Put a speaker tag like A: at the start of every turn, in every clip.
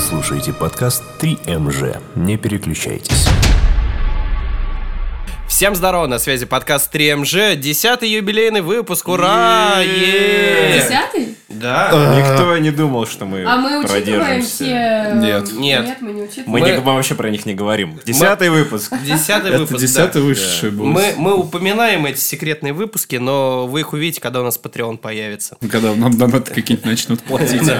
A: слушаете подкаст 3МЖ. Не переключайтесь.
B: Всем здорово, на связи подкаст 3МЖ, десятый юбилейный выпуск, ура! е-е-е!
C: Десятый?
B: Да.
D: Никто не думал, что мы
C: А мы учитываем
D: продержимся.
C: все... э,
E: Нет.
B: Нет.
C: Нет, мы не учитываем.
D: Мы, не-
B: Мы-
D: мы вообще про них не говорим. Десятый выпуск.
B: Десятый
E: А. Это
B: выпуск,
E: десятый
B: да.
E: высший был.
B: Мы, мы упоминаем эти секретные выпуски, но вы их увидите, когда у нас Patreon появится.
E: Когда нам донаты какие-нибудь начнут платить.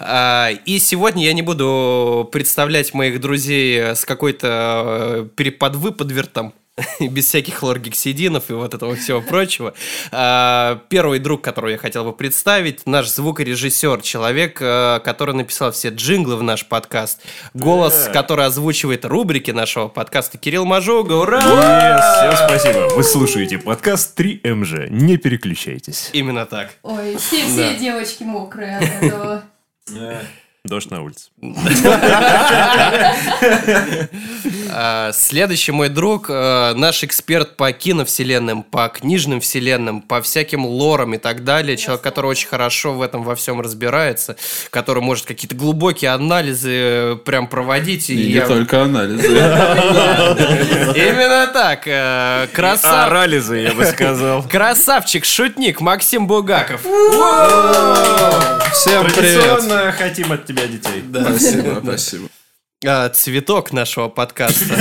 B: А, И сегодня я не буду представлять моих друзей с какой-то э, переподвыподвертом, без всяких лоргексидинов и вот этого всего прочего. А, Первый друг, которого я хотел бы представить, наш звукорежиссер, человек, э, который написал все джинглы в наш подкаст, голос, который озвучивает рубрики нашего подкаста Кирилл Мажуга. Ура!
D: Yes, всем спасибо. Вы слушаете подкаст 3МЖ. Не переключайтесь.
B: Именно так.
C: Ой, все, все девочки мокрые от этого.
D: Дождь на улице.
B: А, Следующий мой друг, э, наш эксперт по киновселенным, по книжным вселенным, по всяким лорам и так далее. Человек, который очень хорошо в этом во всем разбирается, который может какие-то глубокие анализы э, прям проводить.
E: И
B: я-
E: не только анализы.
B: Именно так. э,
D: А,
B: красав-
D: Арализы, я бы сказал.
B: Красавчик, шутник Максим Бугаков.
E: Всем привет.
D: Традиционно хотим от тебя детей.
E: Спасибо, спасибо.
B: А, Цветок нашего подкаста.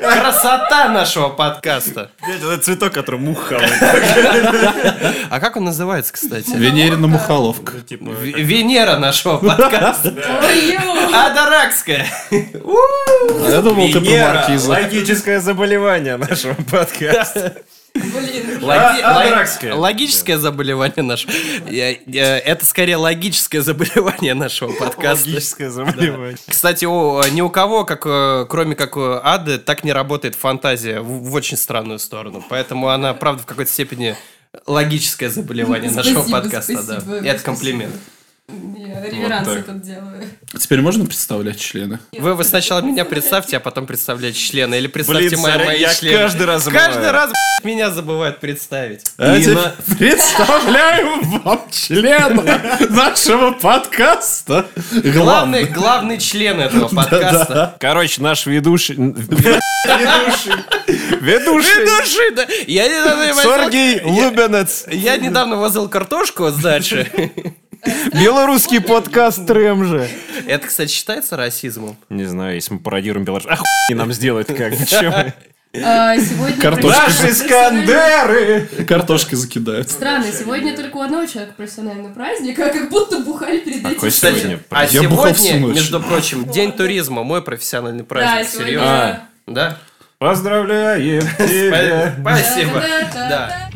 B: Красота нашего подкаста.
D: Это цветок, который мух хавает.
B: А как он называется, кстати?
E: Венерина Мухоловка.
D: Типа,
B: В- Венера нашего подкаста.
C: Ой,
B: Адаракская.
E: Я думал, ты про
D: Венера,
E: маркиза.
D: Логическое заболевание нашего подкаста.
C: блин.
B: Логи-
D: А-
B: лог-
D: адаракская.
B: Логическое заболевание нашего. Я- я- Это скорее логическое заболевание нашего подкаста.
D: Логическое заболевание.
B: Кстати, у- ни у кого, как, э, кроме как у Ады, так не работает фантазия в, в очень странную сторону. Поэтому она, правда, в какой-то степени логическое заболевание нашего
C: Спасибо,
B: подкаста. да.
C: спасибо,
B: И это
C: спасибо.
B: комплимент.
C: Я реверансы
D: так.
C: тут делаю.
E: Теперь можно представлять члена?
B: Вы, вы сначала меня представьте, а потом представляете члены. Или представьте
D: Блин,
B: мои,
D: сорян,
B: мои
D: я
B: члены.
D: каждый раз забываю.
B: Каждый раз б***ь, меня забывают представить.
E: А теперь Представляем вам члена нашего подкаста.
B: Главный, главный член этого подкаста.
D: Короче, наш ведущий... Ведущий. Ведущий.
B: Ведущий, да. Я недавно возил-
D: Сергей Лубенец.
B: Я недавно возил картошку с дачи.
D: Белорусский подкаст же.
B: Это, кстати, считается расизмом?
D: Не знаю, если мы пародируем белорус... А хуй нам сделать как? Чем мы?
C: А, Сегодня...
E: Картошка.
C: профессиональный-
E: Картошки закидают.
C: Странно, сегодня только у одного человека профессиональный праздник, а как будто бухали перед
D: Какой
C: этим.
D: сегодня?
B: Кстати, а
E: Я
B: сегодня,
E: бухал всю ночь.
B: между прочим, День туризма, мой профессиональный
C: Да,
B: праздник, серьезно.
C: сегодня...
B: Да?
D: Поздравляем тебя.
B: Спасибо. Да.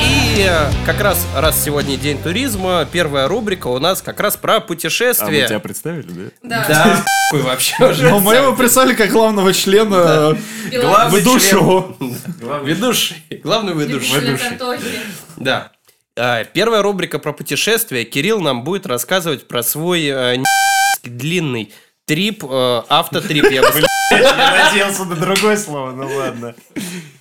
B: И э, как раз, раз сегодня день туризма, первая рубрика у нас как раз
D: А
B: про
D: мы тебя
B: путешествия.
D: представили, да?
C: Да.
B: Да, хуй вообще уже.
E: Но мы его представили как главного члена
C: Беларусь,
B: Главный
E: ведущего.
B: Ведущий. Главный ведущий.
C: любитель картофеля.
B: Да. А, Первая рубрика про путешествия. Кирилл нам будет рассказывать про свой э, ни***ский длинный трип, э, автотрип, я бы сказал.
D: Я надеялся на другое слово, ну ладно.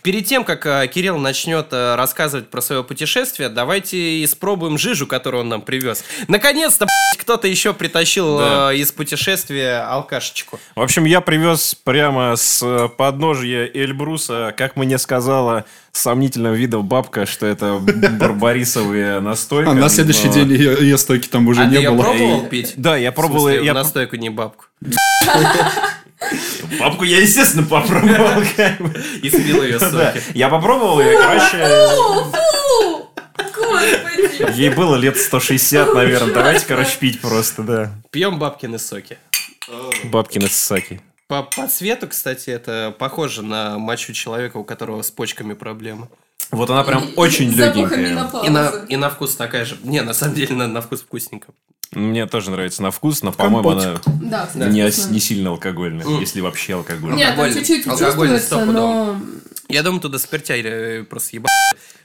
B: Перед тем, как э, Кирилл начнет э, рассказывать про свое путешествие, давайте испробуем жижу, которую он нам привез. Наконец-то, блядь, кто-то еще притащил
D: Да.
B: э, из путешествия алкашечку.
D: В общем, я привез прямо с э, подножья Эльбруса, как мне сказала сомнительного вида бабка, что это барбарисовые настойка.
E: А на следующий
D: но-
E: день ее ее стойки там уже
B: а ты
E: не
B: ее
E: было.
B: пробовал пить?
D: Да, я пробовал...
B: В смысле,
D: я пр-
B: настойку, не бабку.
D: Бабку я, естественно, попробовал. как бы.
B: И спил ее
D: Да,
B: соки.
D: я попробовал ее, короче...
C: Фу, фу! Господи!
D: Ей было лет 160, наверное. Давайте, короче, пить просто, да.
B: Пьем бабкины соки.
D: Бабкины саки.
B: По, по цвету, кстати, это похоже на мочу человека, у которого с почками проблемы.
D: Вот она прям очень
C: С запахом
D: легенькая.
C: менопаузы.
B: И на, и на вкус такая же. Не, на самом деле, на, на вкус вкусненько.
D: Мне тоже нравится на вкус, но, по-моему, она
C: Да, кстати,
D: не,
C: вкусно.
D: не сильно алкогольная,
B: М.
D: если вообще алкогольная.
C: Нет, там
B: Алкогольный.
C: чуть-чуть
B: Алкогольный
C: чувствуется, но...
B: Я думаю, туда спиртя или э, просто ебать.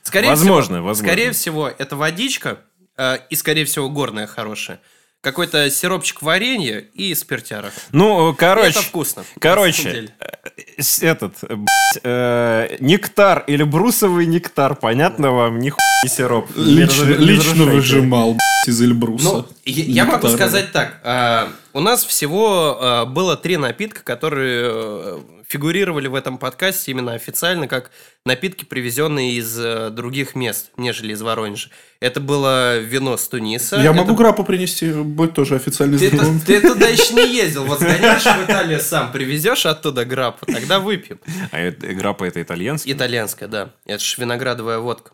B: Скорее всего,
D: Возможно, возможно.
B: Скорее всего, это водичка, э, э, и, скорее всего, горное хорошее. Какой-то сиропчик варенья и спиртяра.
D: Ну, э, короче.
B: Это вкусно, на самом
D: Короче,
B: деле.
D: э, с- этот, э, блядь, э, нектар или брусовый нектар, понятно вам, ни хуй не сироп. Не
E: Лично,
D: разру- не
E: лично
D: разрушайте.
E: выжимал б***ь, из Эльбруса.
B: Ну, я, я могу
E: Нектар.
B: сказать так. а, у нас всего а, было три напитка, которые э, фигурировали в этом подкасте именно официально как напитки, привезенные из э, других мест, нежели из Воронежа. Это было вино с Туниса.
E: Я
B: это
E: могу грапу принести, будет тоже официальный
B: Ты, ту-
E: знакомый.
B: ты туда еще не ездил. Вот сгоняешь в Италию сам, привезешь оттуда граппу, тогда выпьем.
D: А это- игра по это итальянский?
B: Итальянская, да. Это же виноградовая водка.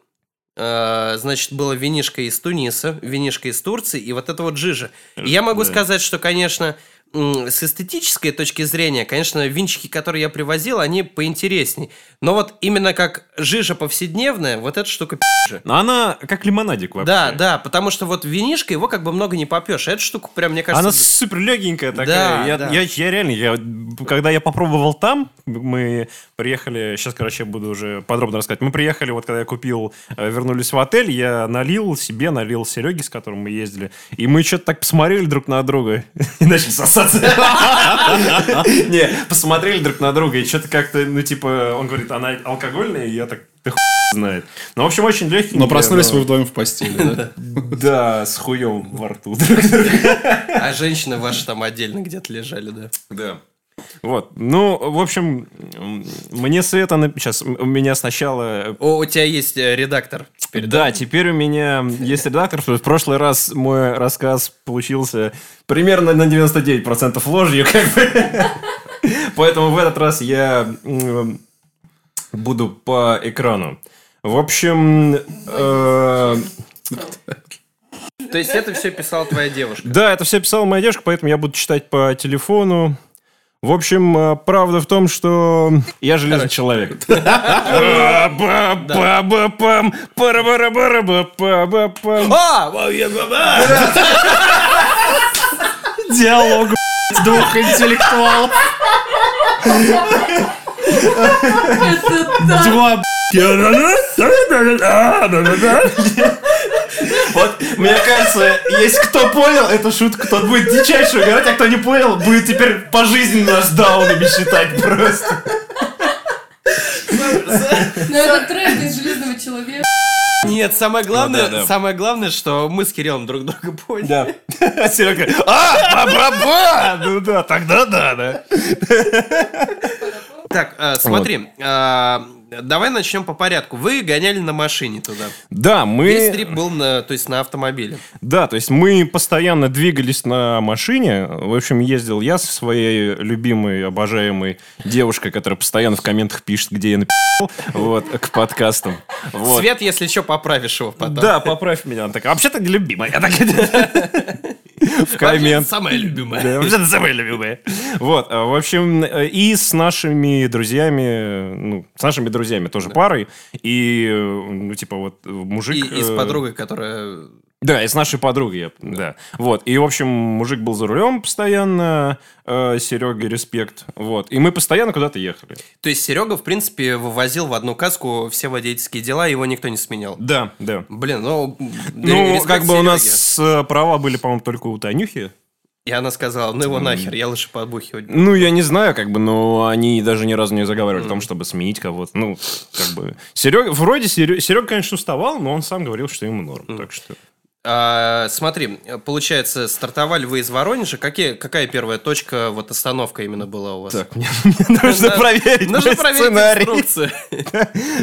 B: Э, Значит, было винишко из Туниса, винишко из Турции и вот это вот жижа. И я могу
D: Да.
B: сказать, что, конечно, м, с эстетической точки зрения, конечно, винчики, которые я привозил, они поинтересней. Но вот именно как жижа повседневная, вот эта штука пи***же.
D: Но она как лимонадик вообще.
B: Да, да, потому что вот винишко, его как бы много не попьешь. Эта штука прям, мне кажется...
D: Она супер легенькая такая.
B: Да,
D: я,
B: да.
D: я- я реально, я, когда я попробовал там, мы приехали, сейчас, короче, я буду уже подробно рассказать. Мы приехали, вот когда я купил, э, вернулись в отель, я налил себе, налил Сереге, с которым мы ездили, и мы что-то так посмотрели друг на друга и начали сосаться. Не, посмотрели друг на друга, и что-то как-то, ну, типа, он говорит, она алкогольная, и я так, ты хуй знает. Ну, в общем, очень легкий.
E: Но проснулись вы вдвоем в постели, да?
D: Да, с хуем во рту друг
B: А женщины ваши там отдельно где-то лежали, да?
D: Да. Вот. Ну, в общем, м, мне Света... Сейчас, у меня сначала...
B: О, у тебя есть э, редактор теперь, да?
D: Да, теперь у меня есть редактор, потому что в прошлый раз мой рассказ получился примерно на 99% ложью, как бы. Поэтому в этот раз я м, буду по экрану. В общем, э,
B: То есть это все писала твоя девушка.
D: Да, это все писала моя девушка, поэтому я буду читать по телефону. В общем, э, правда в том, что я железный человек. Ба-ба-ба-ба-пам, пара-бара-бара-ба-ба-пам.
B: А!
D: Диалог блядь, двух интеллектуалов.
C: Это так.
D: Два, блядь. Вот, мне кажется, если кто понял эту шутку, тот будет дичайшую играть, а кто не понял, будет теперь пожизненно с даунами считать просто.
C: Но это трэш из «Железного человека».
B: Нет, самое главное,
D: Ну да, да.
B: самое главное, что мы с Кириллом друг друга поняли.
D: Да. Серега, а, ба-ба-ба! Ну да, тогда да, да.
B: Так, э, смотри, э, давай начнем по порядку. Вы гоняли на машине туда.
D: Да, мы,
B: Весь трип был на, то есть на автомобиле.
D: да, то есть мы постоянно двигались на машине. В общем, ездил я со своей любимой, обожаемой девушкой, которая постоянно в комментах пишет, где я написал, вот, к подкастам. Вот.
B: Свет, если что, поправишь его потом.
D: Да, поправь меня. Она такая, вообще-то не любимая. Я такая, в
B: Вообще,
D: коммент.
B: самая любимая.
D: Да, вообще-то самая любимая. Вот, а, в общем, э, и с нашими друзьями, э, ну, с нашими друзьями тоже парой, и, э, ну, типа, вот э, мужик...
B: И, и с
D: э,
B: подругой, которая...
D: Да, и с нашей подругой, я- да. Вот, и, в общем, мужик был за рулем постоянно, э, Серега, респект, вот. И мы постоянно куда-то ехали.
B: То есть Серега, в принципе, вывозил в одну каску все водительские дела, его никто не сменял.
D: Да, да.
B: Блин, ну...
D: Ну,
B: респект
D: как бы у
B: Сереге.
D: нас э, права были, по-моему, только у Танюхи.
B: И она сказала, ну его нахер, я лучше подбухивать.
D: Ну, я не знаю, как бы, но они даже ни разу не заговаривали о том, чтобы сменить кого-то. Ну, как бы... Серега, вроде Серега, конечно, уставал, но он сам говорил, что ему норм. Так что...
B: А, смотри, получается, стартовали вы из Воронежа. Какие, какая первая точка, вот остановка именно была у вас?
D: мне, мне нужно
B: Да.
D: проверить
B: Нужно
D: мой
B: проверить
D: сценарий.
B: инструкцию.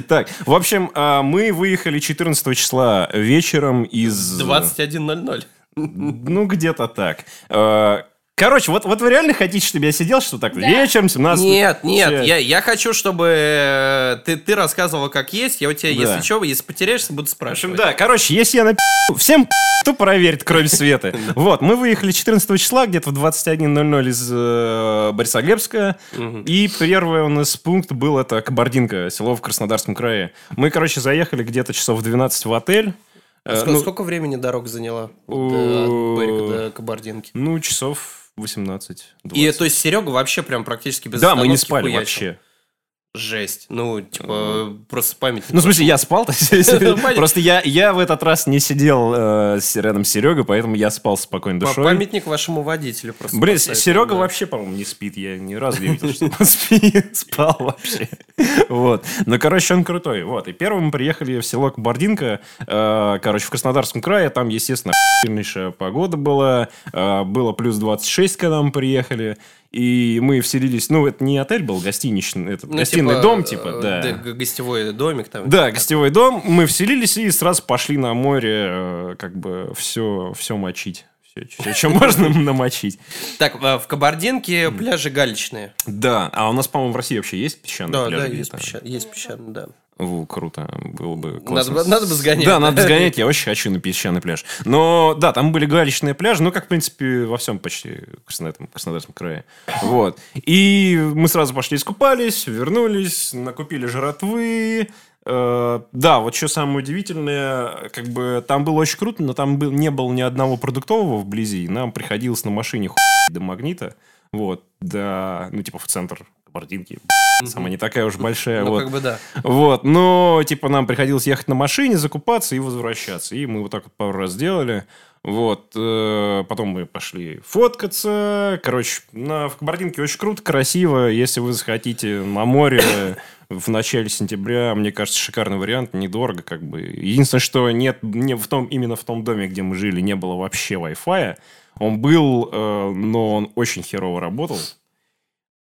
D: Так, в общем, а, мы выехали 14 числа вечером из...
B: 21.00.
D: Ну, где-то так. А, Короче, вот, вот вы реально хотите, чтобы я сидел, что так
C: Да.
D: вечером 17...
B: Нет, нет,
D: Вообще.
B: я, я хочу, чтобы э, ты, ты рассказывала, как есть. Я у тебя,
D: Да.
B: если что, если потеряешься, буду
D: В общем,
B: спрашивать.
D: да, короче, если я на всем кто проверит, кроме Светы. Вот, мы выехали 14 числа, где-то в 21.00 из э, Борисоглебска. И первый у нас пункт был это Кабардинка, село в Краснодарском крае. Мы, короче, заехали где-то часов в 12 в отель. Э,
B: А Сколько,
D: ну,
B: сколько времени дорога заняла?
D: У-
B: Вот, э, От Берега до Кабардинки.
D: ну, часов 18
B: И то есть Серега вообще прям практически без
D: Да, мы не
B: остановки
D: спали
B: хуячил.
D: вообще.
B: Жесть. Ну, типа, просто память.
D: Ну, в смысле, я спал, то есть,
B: Ну, понятно.
D: просто я, я в этот раз не сидел э, с- рядом с Серегой, поэтому я спал спокойно
B: П-
D: душой.
B: Памятник вашему водителю просто.
D: Блин,
B: поставить,
D: Серега
B: да. Ну,
D: вообще, по-моему, не спит. Я ни разу не видел, что он спит. Спал вообще. Вот. Ну, короче, он крутой. Вот. И первым мы приехали в село Кабардинка. э, Короче, в Краснодарском крае. Там, естественно, сильнейшая погода была. Э, Было плюс 26, когда мы приехали. И мы вселились... Ну, это не отель был, гостиничный. Это
B: Ну,
D: гостиный
B: типа,
D: дом,
B: э,
D: типа,
B: э,
D: да.
B: г- Гостевой домик там.
D: Да, гостевой дом. Мы вселились и сразу пошли на море, э, как бы, все, все мочить. Все, что можно намочить.
B: Так, а, в Кабардинке пляжи галечные.
D: Да, а у нас, по-моему, в России вообще есть песчаные
B: Да, да,
D: Ну, пляжи
B: есть
D: где-то?
B: песчан- есть песчаные, да.
D: Во, круто, было бы
B: Надо,
D: классно.
B: бы- надо бы сгонять.
D: Да, надо сгонять, я очень хочу на песчаный пляж. Но, да, там были галечные пляжи, ну, как, в принципе, во всем почти Красно- этом Краснодарском крае. Вот. И мы сразу пошли искупались, вернулись, накупили жратвы. Э, Да, вот что самое удивительное, как бы там было очень круто, но там был- не было ни одного продуктового вблизи, и нам приходилось на машине хуй до магнита, вот, да, ну, типа в центр Кабардинки, сама не такая уж большая,
B: Ну,
D: Э, вот.
B: как бы да.
D: Вот, но, типа, нам приходилось ехать на машине, закупаться и возвращаться. И мы вот так вот пару раз делали. Вот, э, потом мы пошли фоткаться. Короче, на, в Кабардинке очень круто, красиво. Если вы захотите на море в начале сентября, мне кажется, шикарный вариант, недорого как бы. Единственное, что нет, не в том, именно в том доме, где мы жили, не было вообще Wi-Fi. Он был, э, но он очень херово работал.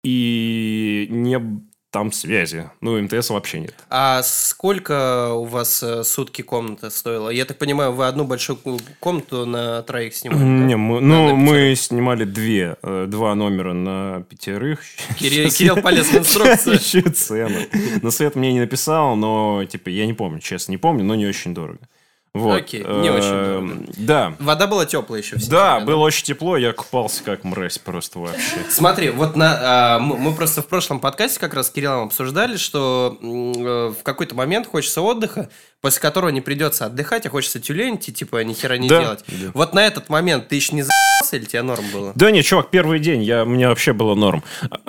D: И не б- там связи. Ну, МТС вообще нет.
B: А сколько у вас э, сутки комната стоила? Я так понимаю, вы одну большую ку- комнату на троих снимали? да?
D: Не, мы, ну, мы снимали две, э, два номера на пятерых.
B: Кирилл, Кирилл полез в инструкцию.
D: Ищу цены. Но Свет мне не написал, но, типа, я не помню, честно, не помню, но не очень дорого. Вот.
B: Окей, не очень дорого.
D: Эм, Да.
B: Вода была теплая еще. в
D: Да,
B: сентябре,
D: было очень тепло, я купался как мразь просто вообще.
B: Смотри, вот на, а, мы, мы просто в прошлом подкасте как раз с Кириллом обсуждали, что м, э, в какой-то момент хочется отдыха, после которого не придется отдыхать, а хочется тюленить и типа ни хера не
D: Да,
B: делать. Вот на этот момент ты еще не за***ся или тебе норм было?
D: Да не, чувак, первый день, я, у меня вообще было норм.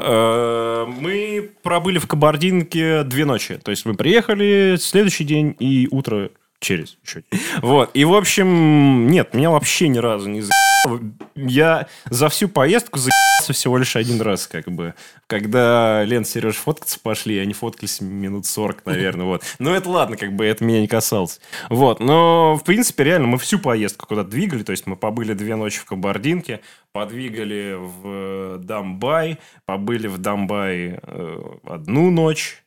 D: Э, Мы пробыли в Кабардинке две ночи. То есть мы приехали, следующий день и утро через чуть. Вот. И, в общем, нет, меня вообще ни разу не за***ло. Я за всю поездку за***ся всего лишь один раз, как бы. Когда Лен, Сереж фоткаться пошли, они фоткались минут 40, наверное, вот. Но это ладно, как бы это меня не касалось. Вот, но, в принципе, реально, мы всю поездку куда-то двигали, то есть мы побыли две ночи в Кабардинке, подвигали в э, Дамбай, побыли в Дамбай э, одну ночь,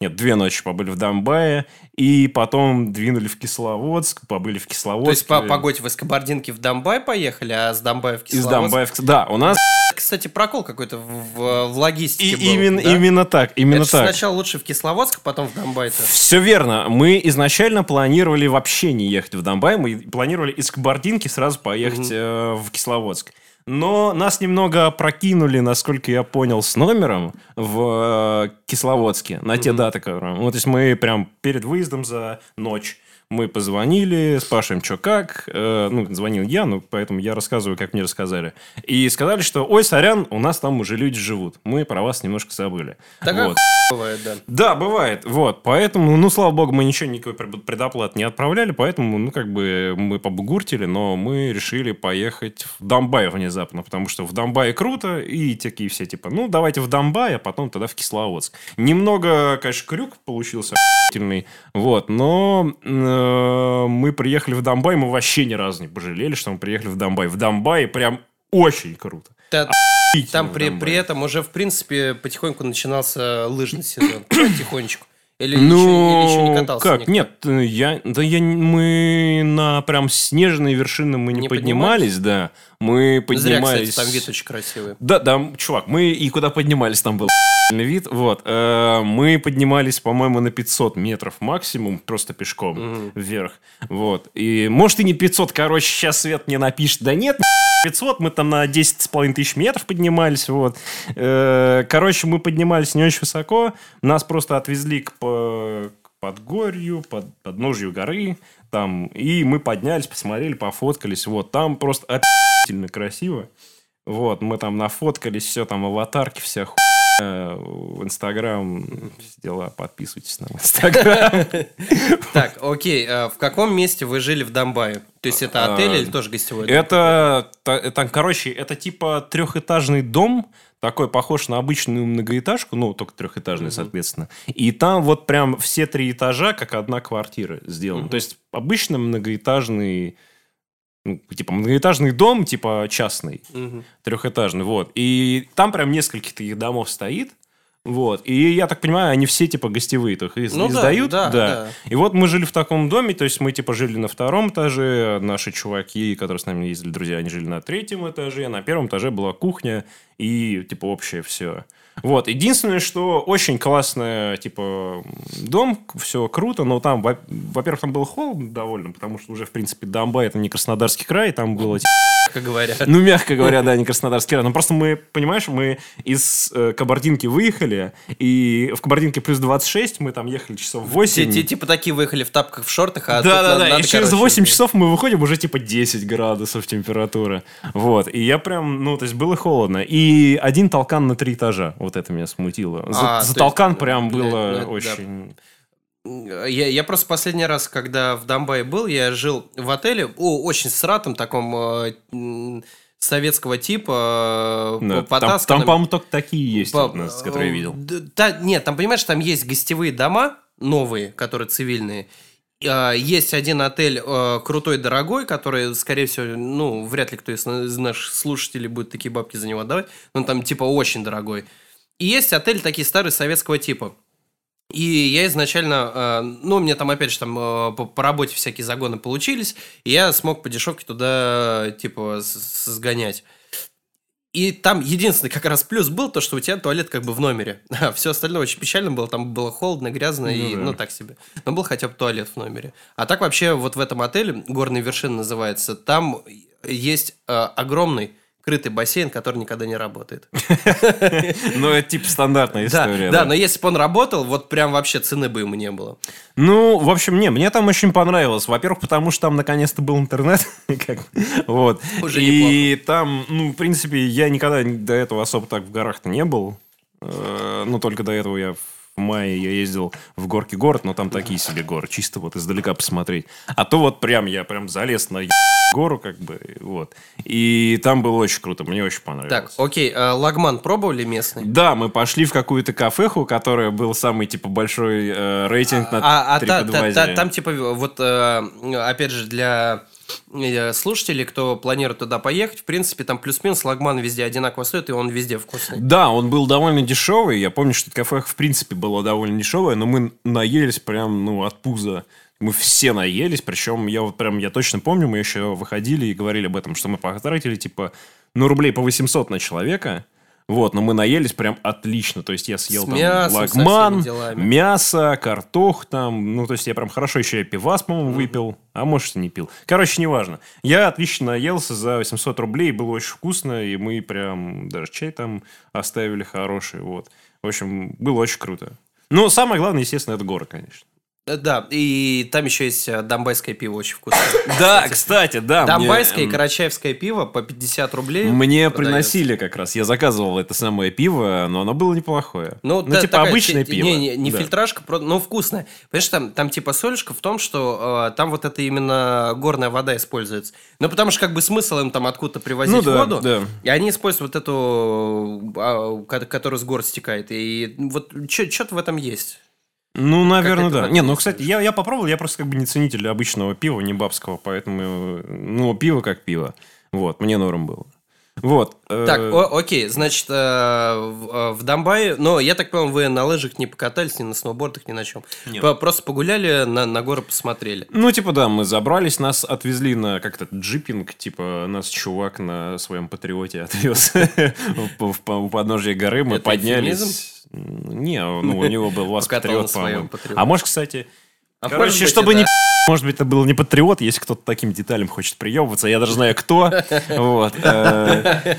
D: нет, две ночи побыли в Дамбае, и потом двинули в Кисловодск, побыли в Кисловодске.
B: То есть, по, погодь, вы с Кабардинки в Донбай поехали, а с Донбая в
D: Из
B: Кисловодск?
D: Дамбая в Кис- Да, у нас
B: Кстати, прокол какой-то в, в- в логистике
D: и,
B: был,
D: именно,
B: да?
D: именно так, именно
B: Это ж
D: так.
B: сначала лучше в Кисловодск, а потом в Донбай-то.
D: Все верно. Мы изначально планировали вообще не ехать в Донбай. Мы планировали из Кабардинки сразу поехать э, в Кисловодск. Но нас немного опрокинули, насколько я понял, с номером в э, Кисловодске на те даты, которые... Ну, то есть мы прям перед выездом за ночь мы позвонили, спрашиваем, что как. Э, ну, звонил я, ну, поэтому я рассказываю, как мне рассказали. И сказали, что, ой, сорян, у нас там уже люди живут. Мы про вас немножко забыли.
B: Так а
D: Вот.
B: бывает, да.
D: Да, бывает. Вот. Поэтому, ну, слава богу, мы ничего никакой пред- предоплат не отправляли, поэтому, ну, как бы мы побугуртили, но мы решили поехать в Донбай внезапно, потому что в Донбае круто, и такие все типа, ну, давайте в Донбай, а потом тогда в Кисловодск. Немного, конечно, крюк получился охуительный, вот, но э, мы приехали в Донбай, мы вообще ни разу не пожалели, что мы приехали в Донбай. В Донбае прям очень круто.
B: Та-
D: Охуительно
B: Там
D: в
B: при,
D: Донбае.
B: при этом уже, в принципе, потихоньку начинался лыжный сезон. Потихонечку. Или,
D: Ну,
B: еще, или еще не катался?
D: как?
B: никто?
D: Нет, э, я, да я, не- мы на прям снежные вершины мы не,
B: Не
D: поднимались, да. Мы
B: Зря,
D: поднимались...
B: кстати, там вид очень красивый.
D: Да, да, м, чувак, мы и куда поднимались, там был охуительный вид. Вот, Э, мы поднимались, по-моему, на 500 метров максимум, просто пешком вверх. Вот, и может и не 500, короче, сейчас Свет мне напишет, да нет, н- 500, мы там на 10,5 тысяч метров поднимались, вот. Э, короче, мы поднимались не очень высоко, нас просто отвезли к, по- к подгорью, под подножью горы, там, и мы поднялись, посмотрели, пофоткались, вот, там просто опи***тельно красиво. Вот, мы там нафоткались, все там, аватарки вся ху... э, в Инстаграм, все дела, подписывайтесь на мой Инстаграм.
B: Так, окей, а в каком месте вы жили в Донбайе? То есть это отель
D: А,
B: или тоже гостевой? дом?
D: Это, та- это, короче, это типа трехэтажный дом, такой похож на обычную многоэтажку, ну, только трехэтажный, соответственно. И там вот прям все три этажа, как одна квартира сделана. То есть обычно многоэтажный, ну, типа многоэтажный дом, типа частный,
B: Мгм.
D: трехэтажный, вот. И там прям несколько таких домов стоит. Вот. И я так понимаю, они все типа гостевые, только их
B: Ну да,
D: издают.
B: да, да.
D: И вот мы жили в таком доме, то есть мы типа жили на втором этаже, наши чуваки, которые с нами ездили, друзья, они жили на третьем этаже, на первом этаже была кухня и типа общее все. Вот, единственное, что очень классный, типа, дом, все круто, но там, во- во-первых, там было холодно довольно, потому что уже, в принципе, Донбай, это не Краснодарский край, там было, типа,
B: Как говорят.
D: ну, мягко говоря, да, не Краснодарский край. Но просто мы, понимаешь, мы из э, Кабардинки выехали, и в Кабардинке плюс 26, мы там ехали часов
B: Те-
D: 8.
B: те- Типа такие выехали в тапках, в шортах,
D: Да,
B: а тут
D: да,
B: на-
D: да. И
B: надо,
D: через
B: короче,
D: 8 часов мы выходим, уже типа 10 градусов температура. Вот. И я прям, ну, то есть было холодно. И один толкан на три этажа. Вот это меня смутило. За,
B: А,
D: за
B: то есть,
D: толкан прям
B: блядь,
D: было
B: ну это да.
D: очень...
B: э, Я, я просто последний раз, когда в Донбайе был, я жил в отеле, о, очень сратом, таком э, м, советского типа, э,
D: Да, Там,
B: по-
D: там,
B: потасканном.
D: по-моему, только такие есть,
B: По-
D: у нас, которые я видел.
B: Д- Да, нет, там, понимаешь, там есть гостевые дома новые, которые цивильные. Э, Есть один отель э, крутой, дорогой, который, скорее всего, ну, вряд ли кто из на- из наших слушателей будет такие бабки за него отдавать. но Он там, типа, очень дорогой. И есть отели такие старые советского типа. И я изначально, э, ну, мне там, опять же, там э, по, по работе всякие загоны получились, и я смог по дешевке туда, э, типа, с- с- сгонять. И там единственный как раз плюс был то, что у тебя туалет как бы в номере. А все остальное очень печально было, там было холодно, грязно и,
D: Ну да.
B: ну, так себе. Но был хотя бы туалет в номере. А так вообще вот в этом отеле, «Горные вершины» называется, там есть э, огромный крытый бассейн, который никогда не работает.
D: Ну, это типа стандартная
B: Да,
D: история.
B: да, но если бы он работал, вот прям вообще цены бы ему не было.
D: Ну, в общем, не, мне там очень понравилось. Во-первых, потому что там наконец-то был интернет. как бы, вот.
B: Уже
D: и там, ну, в принципе, я никогда до этого особо так в горах-то не был. Э, Ну, только до этого я в мае я ездил в горки город, но там такие себе горы, чисто вот издалека посмотреть. А то вот прям я прям залез на е- гору, как бы, вот. И там было очень круто, мне очень понравилось.
B: Так, окей, а лагман пробовали местный?
D: Да, мы пошли в какую-то кафеху, которая был самый, типа, большой э, рейтинг на
B: А, а та- та-
D: TripAdvisor.
B: та- там типа вот э, опять же для э, слушателей, кто планирует туда поехать, в принципе там плюс-минус лагман везде одинаково стоит и он везде вкусный.
D: Да, он был довольно дешевый. Я помню, что кафе в принципе было довольно дешевое, но мы наелись прям, ну, от пуза. Мы все наелись, причем я вот прям, я точно помню, мы еще выходили и говорили об этом, что мы потратили, типа, ну, рублей по 800 на человека. Вот, но мы наелись прям отлично. То есть я съел
B: С
D: там
B: мясом, со всеми
D: лагман,
B: делами.
D: мясо, картох там. Ну, то есть я прям хорошо еще и пивас, по-моему, выпил. А может, и не пил. Короче, неважно. Я отлично наелся за 800 рублей. Было очень вкусно. И мы прям даже чай там оставили хороший. Вот. В общем, было очень круто. Ну, самое главное, естественно, это горы, конечно.
B: Э, Да, и там еще есть э, донбайское пиво очень вкусное.
D: Да, кстати, да. мне,
B: Донбайское и
D: эм,
B: карачаевское пиво по 50 рублей.
D: Мне
B: продается.
D: приносили как раз. Я заказывал это самое пиво, но оно было неплохое.
B: Ну, та-
D: типа
B: такая
D: обычное
B: ти-
D: пиво.
B: Не, не, не
D: Да.
B: фильтрашка, про- но вкусная. Понимаешь, там, там типа солюшка в том, что э, там вот это именно горная вода используется. Ну, потому что как бы смысл им там откуда-то привозить
D: Ну да,
B: воду.
D: да.
B: И они используют вот эту, а, ко- которая с гор стекает. И вот что-то в этом есть.
D: Ну, наверное,
B: это
D: да.
B: так
D: Не, ну,
B: называется?
D: кстати, я, я попробовал, я просто как бы не ценитель обычного пива, не бабского, поэтому, э, ну, пиво как пиво. Вот, мне норм было. Вот. э,
B: Так, о- окей, значит, э, в, э, в Донбайе, но я так понимаю, вы на лыжах не покатались, ни на сноубордах, ни на чем. По- Просто погуляли, на, на горы посмотрели.
D: Ну, типа, да, мы забрались, нас отвезли на как-то джипинг, типа, нас чувак на своем патриоте отвез в- в- в- у подножия горы, мы
B: Это
D: поднялись. Не, ну, у него был вас
B: Покатал на
D: патриот,
B: своем
D: по-моему.
B: патриоте.
D: А может, кстати...
B: А может
D: Короче,
B: быть,
D: чтобы
B: и
D: не
B: да.
D: Может быть, это был не патриот, если кто-то таким деталям хочет приебываться. Я даже знаю, кто. Вот. э,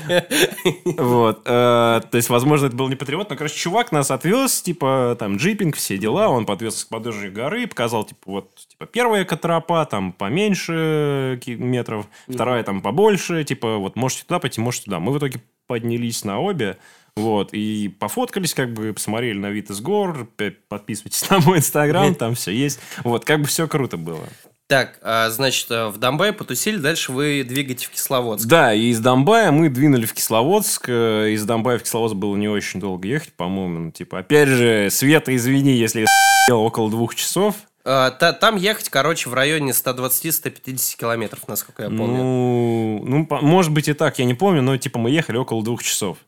D: Вот. э, То есть, возможно, это был не патриот. Но, короче, чувак нас отвез, типа, там, джипинг, все дела. Он подвез к подножию горы, показал, типа, вот, типа, первая катропа, там, поменьше ки- метров, вторая, там, побольше. Типа, вот, можете туда пойти, можете туда. Мы в итоге поднялись на обе. Вот, и пофоткались, как бы посмотрели на вид из гор, п- подписывайтесь на мой инстаграм, там все есть. Вот, как бы все круто было.
B: Так, а, значит, а, в Донбай потусили, дальше вы двигаете в Кисловодск.
D: Да, и из Донбая мы двинули в Кисловодск. Э, Из Донбая в Кисловодск было не очень долго ехать, по-моему. Ну, Типа, опять же, Света, извини, если я с***ел около двух часов.
B: А, та- там ехать, короче, в районе 120-150 километров, насколько я помню.
D: Ну, ну, по- может быть и так, я не помню, но типа мы ехали около двух часов.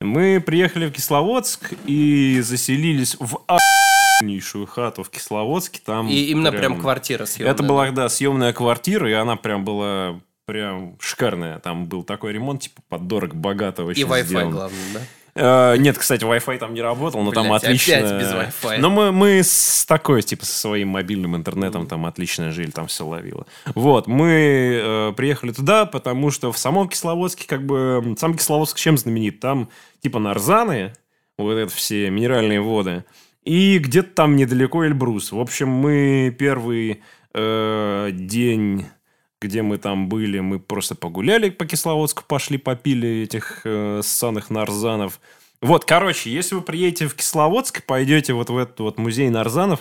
D: Мы приехали в Кисловодск и заселились в охуеннейшую хату в Кисловодске. Там
B: И именно прям квартира съемная.
D: Это была, да, съемная квартира, и она прям была прям шикарная. Там был такой ремонт, типа, под дорог, богато очень
B: И Wi-Fi,
D: сделан.
B: главное, да?
D: Э, Нет, кстати, Wi-Fi там не работал, но там
B: Блядь,
D: отлично.
B: опять без Wi-Fi.
D: Но мы, мы с такой, типа, со своим мобильным интернетом там отлично жили, там все ловило. Вот, мы э, приехали туда, потому что в самом Кисловодске, как бы, м, сам Кисловодск чем знаменит? Там, типа, нарзаны, вот это все минеральные воды, и где-то там недалеко Эльбрус. В общем, мы первый э, день где мы там были, мы просто погуляли по Кисловодску, пошли попили этих э, ссаных нарзанов. Вот, короче, если вы приедете в Кисловодск, пойдете вот в этот вот музей нарзанов,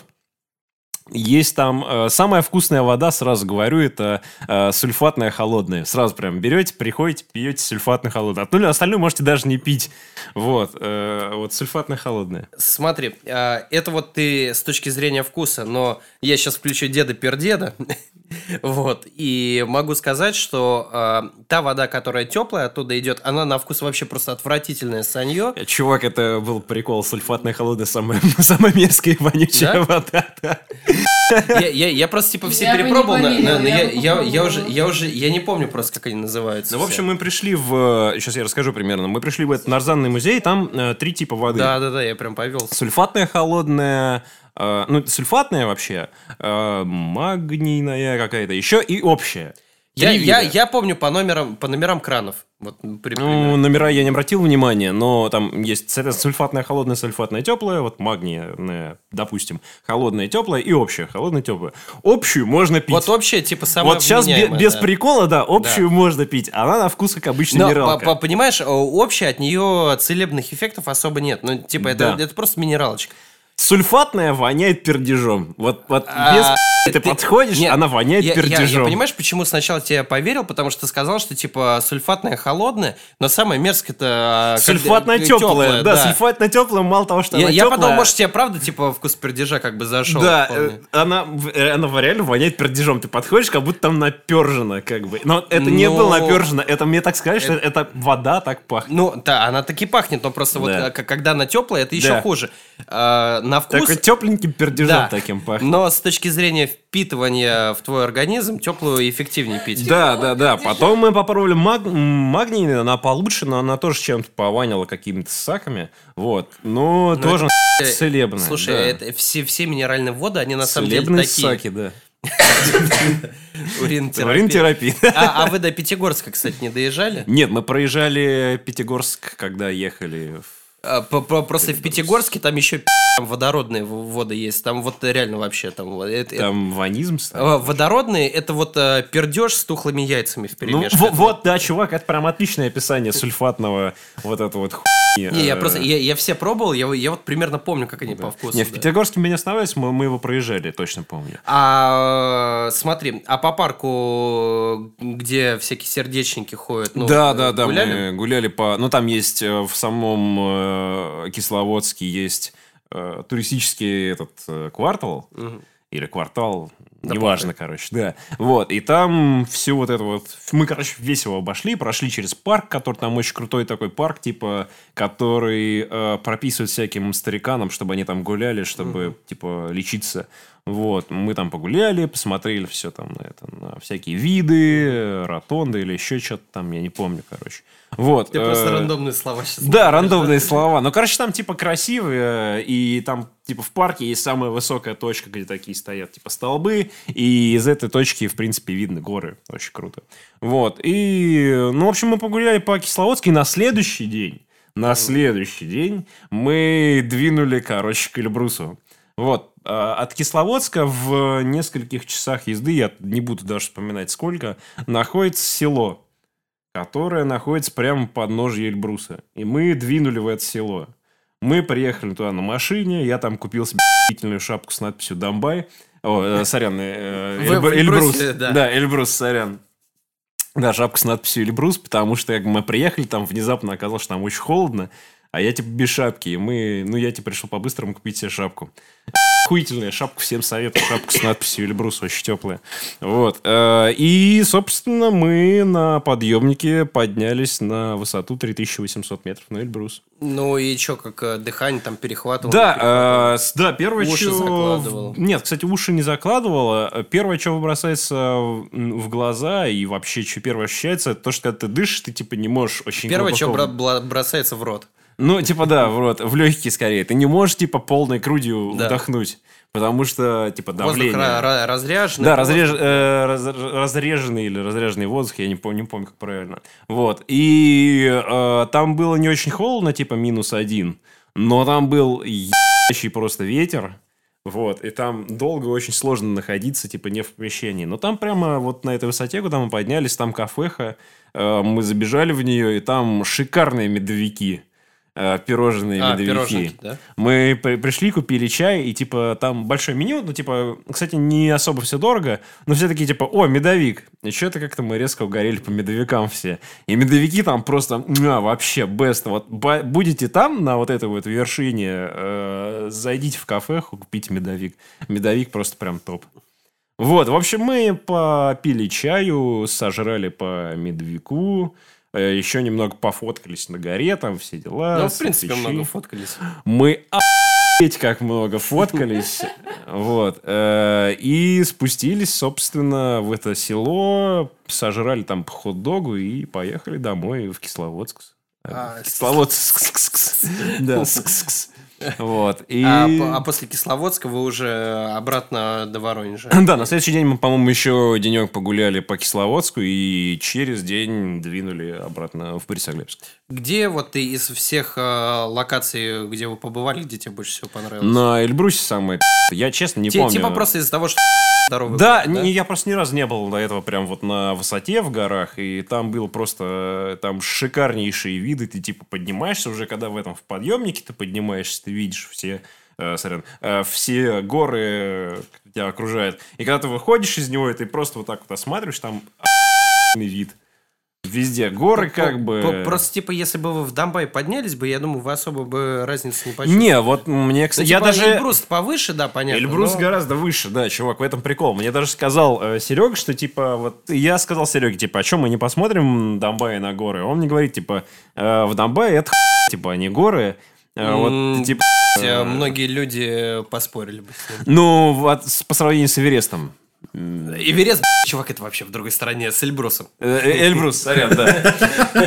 D: есть там э, самая вкусная вода, сразу говорю, это э, сульфатная холодная. Сразу прям берете, приходите, пьете сульфатную холодную. От нуля остальную можете даже не пить. Вот, э, вот сульфатная холодная.
B: Смотри, а, это вот ты с точки зрения вкуса, но я сейчас включу деда пердеда, вот, и могу сказать, что а, та вода, которая теплая оттуда идет, она на вкус вообще просто отвратительное санье.
D: Э, Чувак, это был прикол. Сульфатная холодная самая, самая мерзкая и вонючая
B: Да?
D: вода. да.
B: Я, я- я просто типа все
C: Я бы не
B: перепробовал, на-
C: поверила,
B: на- на- я,
C: я
B: я-
C: бы
B: я уже,
C: попробовала.
B: я уже, я не помню просто, как они называются.
D: Ну, в
B: все.
D: общем, мы пришли в... Сейчас я расскажу примерно. Мы пришли в этот нарзанный музей, там э, три типа воды.
B: да, да, да, я прям повелся.
D: Сульфатная холодная, э, ну, сульфатная вообще, э, магнийная какая-то еще и общая.
B: Я,
D: Три
B: я,
D: вида.
B: я помню по номерам, по номерам кранов. Вот, при-
D: Ну,
B: примерно.
D: номера я не обратил внимания, но там есть соответственно, сульфатная, холодная, сульфатная, теплая, вот магния, допустим, холодная, теплая и общая, холодная, теплая. Общую можно пить.
B: вот общее, типа, самое
D: Вот сейчас бе-
B: вменяемое,
D: без
B: да.
D: прикола, да, общую можно пить. Она на вкус, как обычно,
B: Но,
D: минералка.
B: по- по- понимаешь, э, общее от нее целебных эффектов особо нет. Ну, типа, это,
D: Да.
B: это просто минералочка.
D: Сульфатная воняет пердежом. Вот, вот
B: А,
D: без пи***и ты,
B: ты-
D: подходишь,
B: Нет,
D: она воняет
B: я- я-
D: пердежом.
B: Я, понимаешь, почему сначала тебе поверил? Потому что ты сказал, что типа сульфатная холодная, но самое а, мерзкое это...
D: Сульфатная теплая, да, сульфатная теплая, мало того, что
B: Я,
D: она
B: я
D: теплая,
B: подумал, может, тебе правда, типа, вкус пердежа как бы зашел.
D: да,
B: вполне.
D: э, она, в- э, она в- реально воняет пердежом. Ты подходишь, как будто там напержено, как бы. Но это не
B: Но- Э,
D: было напержено. Это мне так сказать, что это вода так пахнет.
B: Ну, да, она таки пахнет, но просто вот
D: Да.
B: э, к- когда она теплая, это еще
D: Да.
B: хуже. А, на вкус...
D: Так тепленьким пердежом
B: да.
D: таким пахнет.
B: Но с точки зрения впитывания в твой организм, теплую эффективнее пить.
D: Да, да, да. Потом мы попробовали маг... м, магний, она получше, но она тоже чем-то пованила какими-то саками. Вот. Но, тоже
B: Э,
D: целебная.
B: Слушай,
D: да.
B: это все, все минеральные воды, они на самом деле
D: Целебные
B: такие.
D: саки, да.
B: Урин-терапия.
D: Урин-терапия.
B: А, а вы до Пятигорска, кстати, не доезжали?
D: Нет, мы проезжали Пятигорск, когда ехали. в-
B: А, по- по- Просто в Пятигорске там еще пи***, там водородные в- воды есть. Там вот реально вообще там... вот это- это-
D: Там ванизм стал.
B: А, Водородные – это вот э, пердеж с тухлыми яйцами в
D: Ну, во- вот, да, чувак, это прям отличное описание сульфатного вот этого вот хуйни.
B: Не, я
D: Э,
B: просто, я, я все пробовал, я, я вот примерно помню, как они по вкусу.
D: Не, в
B: да.
D: Пятигорске мы не остановились, мы, мы его проезжали, точно помню.
B: А смотри, а по парку, где всякие сердечники ходят, ну,
D: да,
B: э,
D: да, да,
B: гуляли?
D: мы гуляли по... Ну, там есть э, в самом э, Кисловодске есть э, туристический этот э, квартал. Или квартал, неважно, короче, да. Вот, и там все вот это вот... Мы, короче, весело обошли, прошли через парк, который там очень крутой такой парк, типа, который э, прописывает всяким стариканам, чтобы они там гуляли, чтобы, типа, лечиться. Вот, мы там погуляли, посмотрели все там на это, на всякие виды, э, ротонды или еще что-то там, я не помню, короче. Вот.
B: Ты просто
D: э,
B: рандомные слова сейчас.
D: Да, рандомные слова. Ну, короче, там типа красивые, и там типа в парке есть самая высокая точка, где такие стоят типа столбы, и из этой точки, в принципе, видно горы. Очень круто. Вот. И, ну, в общем, мы погуляли по Кисловодске, и на следующий день, на следующий день мы двинули, короче, к Эльбрусу. Вот. а, От Кисловодска в нескольких часах езды, я не буду даже вспоминать сколько, находится село которая находится прямо под ножью Эльбруса. И мы двинули в это село. Мы приехали туда на машине, я там купил себе охуительную шапку с надписью «Домбай». О, э, сорян, э, э,
B: В- в
D: Эльб- Эльбрус.
B: Эльбрусе, да.
D: Да, Эльбрус, сорян. Да, шапка с надписью Эльбрус, потому что я говорю, мы приехали, там внезапно оказалось, что там очень холодно, а я типа без шапки, и мы, ну я типа решил по-быстрому купить себе шапку. Охуительная шапка, всем советую, шапка с надписью Эльбрус, очень теплая. Вот. э, И, собственно, мы на подъемнике поднялись на высоту 3800 метров на Эльбрус.
B: Ну и что, как э, дыхание там перехватывало?
D: Да, э, с- да, первое,
B: Уши
D: чё-
B: закладывала.
D: Нет, кстати, уши не закладывала. Первое, что бросается в в глаза и вообще, что первое ощущается, это то, что когда ты дышишь, ты типа не можешь очень
B: Ну, Первое, что
D: глубоко-
B: бросается в рот.
D: Ну, типа да, в рот, в легкие скорее. Ты не можешь типа полной грудью
B: Да.
D: вдохнуть, потому что типа давление.
B: Воздух ра- ра- разряженный.
D: Да, разреж- э, раз- разреженный или разреженный воздух, я не помню, не помню, как правильно. Вот. И э, там было не очень холодно, типа минус один, но там был ебащий просто ветер. Вот, и там долго очень сложно находиться, типа, не в помещении. Но там прямо вот на этой высоте, куда мы поднялись, там кафеха, э, мы забежали в нее, и там шикарные медовики, э, пирожные
B: А,
D: медовики.
B: пироженки, да?
D: Мы при- пришли, купили чай, и, типа, там большое меню, ну, типа, кстати, не особо все дорого, но все такие, типа, о, медовик. И что-то как-то мы резко угорели по медовикам все. И медовики там просто, муа, вообще, бест. Вот ба- будете там, на вот этой вот вершине, э, зайдите в кафе, купите медовик. Медовик просто прям топ. Вот, в общем, мы попили чаю, сожрали по медовику, э, еще немного пофоткались на горе, там все дела.
B: Ну, в принципе,
D: светлячи.
B: много фоткались.
D: Э, Мы охуеть как много фоткались. Вот. Э, И спустились, собственно, в это село, сожрали там по хот-догу и поехали домой в Кисловодск.
B: А,
D: Э, в Кисловодск. Да. Вот. И...
B: А, по- а после Кисловодска вы уже э, обратно до Воронежа.
D: Да, на следующий день мы, по-моему, еще денек погуляли по Кисловодску и через день двинули обратно в Борисоглебск.
B: Где вот ты из всех э, локаций, где вы побывали, где тебе больше всего понравилось?
D: На Эльбрусе самое пи***. Я честно Ну, не
B: Те-
D: помню.
B: Типа просто из-за того, что здоровый
D: Да,
B: город,
D: не- я просто ни разу не был до этого прям вот на высоте в горах, и там было просто э, там шикарнейшие виды, ты типа поднимаешься уже, когда в этом в подъемнике ты поднимаешься, ты видишь все, э, сорян, э, все горы э, тебя окружают, и когда ты выходишь из него, и ты просто вот так вот осматриваешь, там охуенный вид. Везде горы как бы.
B: П- Просто типа, если бы вы в Донбай поднялись бы, я думаю, вы особо бы разницы не почувствовали.
D: Не, вот мне,
B: Ну,
D: кстати, я
B: типа,
D: даже...
B: Эльбрус повыше, да, понятно.
D: Эльбрус
B: но-
D: гораздо выше, да, чувак, в этом прикол. Мне даже сказал э, Серега, что типа, вот я сказал Сереге, типа, а чем мы не посмотрим Донбай на горы? Он мне говорит, типа, «Э, в Донбае это хуй, типа, а не горы. Э,
B: М,
D: вот, типа,
B: Э, Многие люди поспорили бы с ним.
D: ну, вот с- по сравнению с Эверестом.
B: Эверест, чувак, это вообще в другой стране, с Эльбрусом.
D: Э, э, Эльбрус, сорян, да.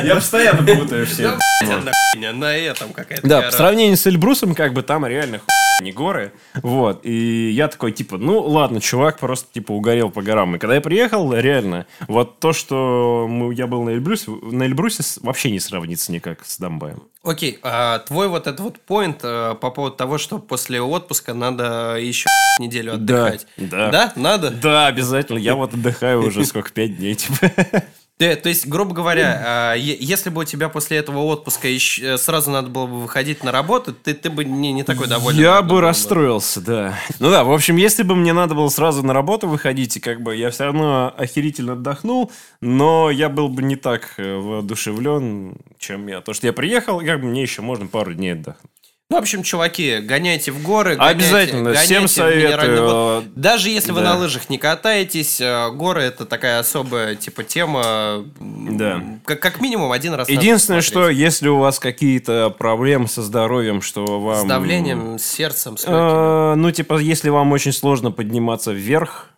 D: Я постоянно путаю все.
B: Одна хуйня, на этом какая-то.
D: Да,
B: гора.
D: по сравнению с Эльбрусом, как бы там реально хуй, не горы. Вот. И я такой, типа, ну ладно, чувак просто, типа, угорел по горам. И когда я приехал, реально, вот то, что мы, я был на Эльбрусе, на Эльбрусе с- вообще не сравнится никак с Домбаем.
B: Окей, а твой вот этот вот поинт э, по поводу того, что после отпуска надо еще неделю
D: Да,
B: отдыхать.
D: да.
B: Да, надо?
D: Да, обязательно. Я вот отдыхаю уже сколько, пять дней, типа.
B: Э, то есть, грубо говоря, а, е- если бы у тебя после этого отпуска ещё, э, сразу надо было бы выходить на работу, ты, ты бы не, не такой доволен.
D: Я
B: был
D: бы расстроился, да. Ну да, в общем, если бы мне надо было сразу на работу выходить, и как бы я все равно охерительно отдохнул, но я был бы не так э, воодушевлен, чем я. То, что я приехал, и как бы мне еще можно пару дней отдохнуть.
B: Ну, в общем, чуваки, гоняйте в горы. гоняйте-
D: Обязательно,
B: гоняйте
D: всем
B: в минеральный
D: советую.
B: вод. Даже если вы
D: Да.
B: на лыжах не катаетесь, э, горы это такая особая типа тема. М,
D: Да.
B: Как, как минимум один раз. надо
D: Единственное, что
B: посмотреть.
D: если у вас какие-то проблемы со здоровьем, что вам...
B: с давлением, с сердцем, с легкими.
D: Э, Ну, типа, если вам очень сложно подниматься вверх,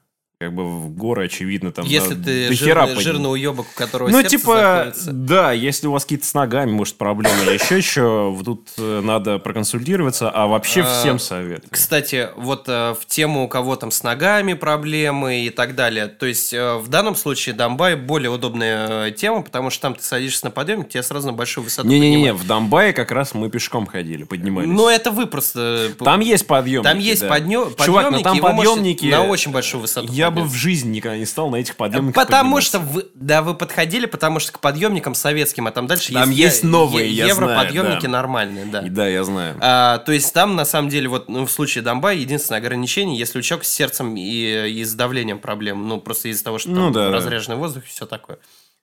D: как бы в горы, очевидно, там...
B: Если
D: А, да,
B: ты
D: до хера
B: жирный,
D: подним-
B: жирный уебок, у которого
D: Ну,
B: сердце
D: типа,
B: заходится.
D: да, если у вас какие-то с ногами, может, проблемы или еще еще, тут э, надо проконсультироваться, а вообще
B: А,
D: всем совет.
B: Кстати, вот э, в тему у кого там с ногами проблемы и так далее. То есть э, в данном случае Донбай более удобная э, тема, потому что там ты садишься на подъемник, тебя сразу на большую высоту
D: Не-не-не,
B: поднимают.
D: в Донбае как раз мы пешком ходили, поднимались.
B: Но Ну, это вы просто... э,
D: там есть подъемники.
B: Там есть
D: да.
B: поднё- подъемники,
D: Чувак, но там
B: и вы можете
D: подъемники...
B: на очень большую высоту
D: Я я бы
B: нет.
D: в жизни никогда не стал на этих подъемниках
B: Потому
D: подниматься.
B: что вы, да, вы подходили, потому что к подъемникам советским, а там дальше
D: Там
B: е-
D: есть новые,
B: е-
D: я
B: Европодъемники
D: знаю, да.
B: нормальные, да.
D: И Да, я знаю.
B: А, то есть там, на самом деле, вот ну, в случае Донбай, единственное ограничение, если у человека с сердцем и, и с давлением проблем, ну, просто из-за того, что
D: Ну
B: там
D: да, да.
B: разреженный воздух и все такое.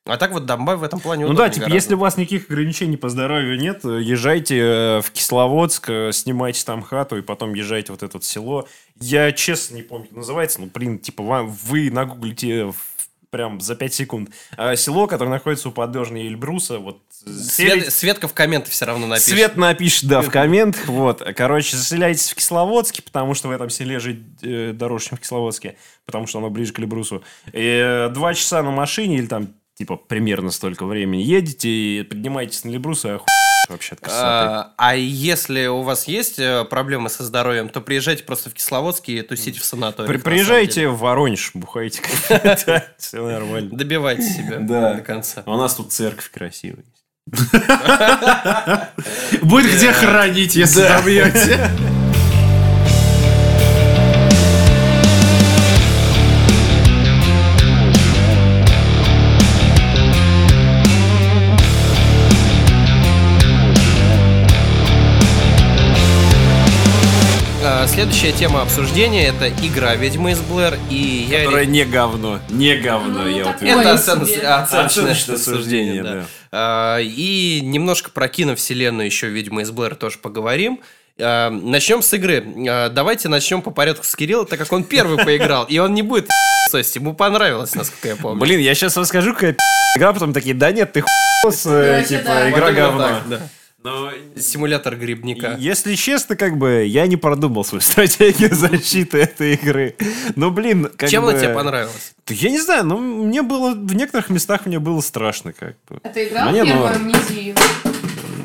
B: А так вот Донбай в этом плане
D: Ну да,
B: удобнее
D: типа,
B: гораздо.
D: если у вас никаких ограничений по здоровью нет, э, езжайте э, в Кисловодск, э, снимайте там хату и потом езжайте вот это вот село. Я честно не помню, как называется, ну, блин, типа, вам, вы нагуглите в- прям за 5 секунд. А село, которое находится у подножия Эльбруса, вот... э,
B: Свет-
D: селить-
B: Светка в комменты все равно напишет.
D: Свет напишет, да, в комментах. Вот. Короче, заселяйтесь в Кисловодске, потому что в этом селе жить э, дороже, чем в Кисловодске, потому что оно ближе к Эльбрусу. И, э, два часа на машине или там, типа, примерно столько времени едете и поднимаетесь на Эльбрус и оху... вообще от красоты.
B: А, а если у вас есть э, проблемы со здоровьем, то приезжайте просто в Кисловодск и тусите в санатории.
D: При- Приезжайте в Воронеж, бухайте. Все нормально.
B: Добивайте себя
D: Да.
B: до конца.
D: У нас тут церковь красивая.
E: Будет где хранить, если добьете.
B: А, следующая тема обсуждения это игра Ведьмы из Блэр и я.
D: Которое не говно. Не говно,
C: Ну,
D: я вот
C: такое.
D: вижу.
B: Это
C: Ой,
B: оцен-
C: себе.
B: оценочное
D: Оценочное суждение,
B: суждение, да.
D: да.
B: А, И немножко про киновселенную еще «Ведьмы из Блэр» тоже поговорим. А, Начнем с игры. А, Давайте начнем по порядку с Кирилла, так как он первый поиграл, и он не будет сосить. Ему понравилось, насколько я помню.
D: Блин, я сейчас расскажу, какая пи***, игра, а потом такие, да нет, ты хуй, э,
C: Короче,
D: типа,
C: да.
D: игра
B: Вот именно
D: говно.
B: так, да.
D: Но
B: Симулятор грибника.
D: Если честно, как бы я не продумал свою стратегию защиты этой игры. Ну, блин, как
B: Чем
D: бы...
B: она тебе понравилась?
D: Да Я не знаю, ну, мне было... В некоторых местах мне было страшно как бы.
C: А ты играл в
D: Мне, ну,
C: первую амнезию?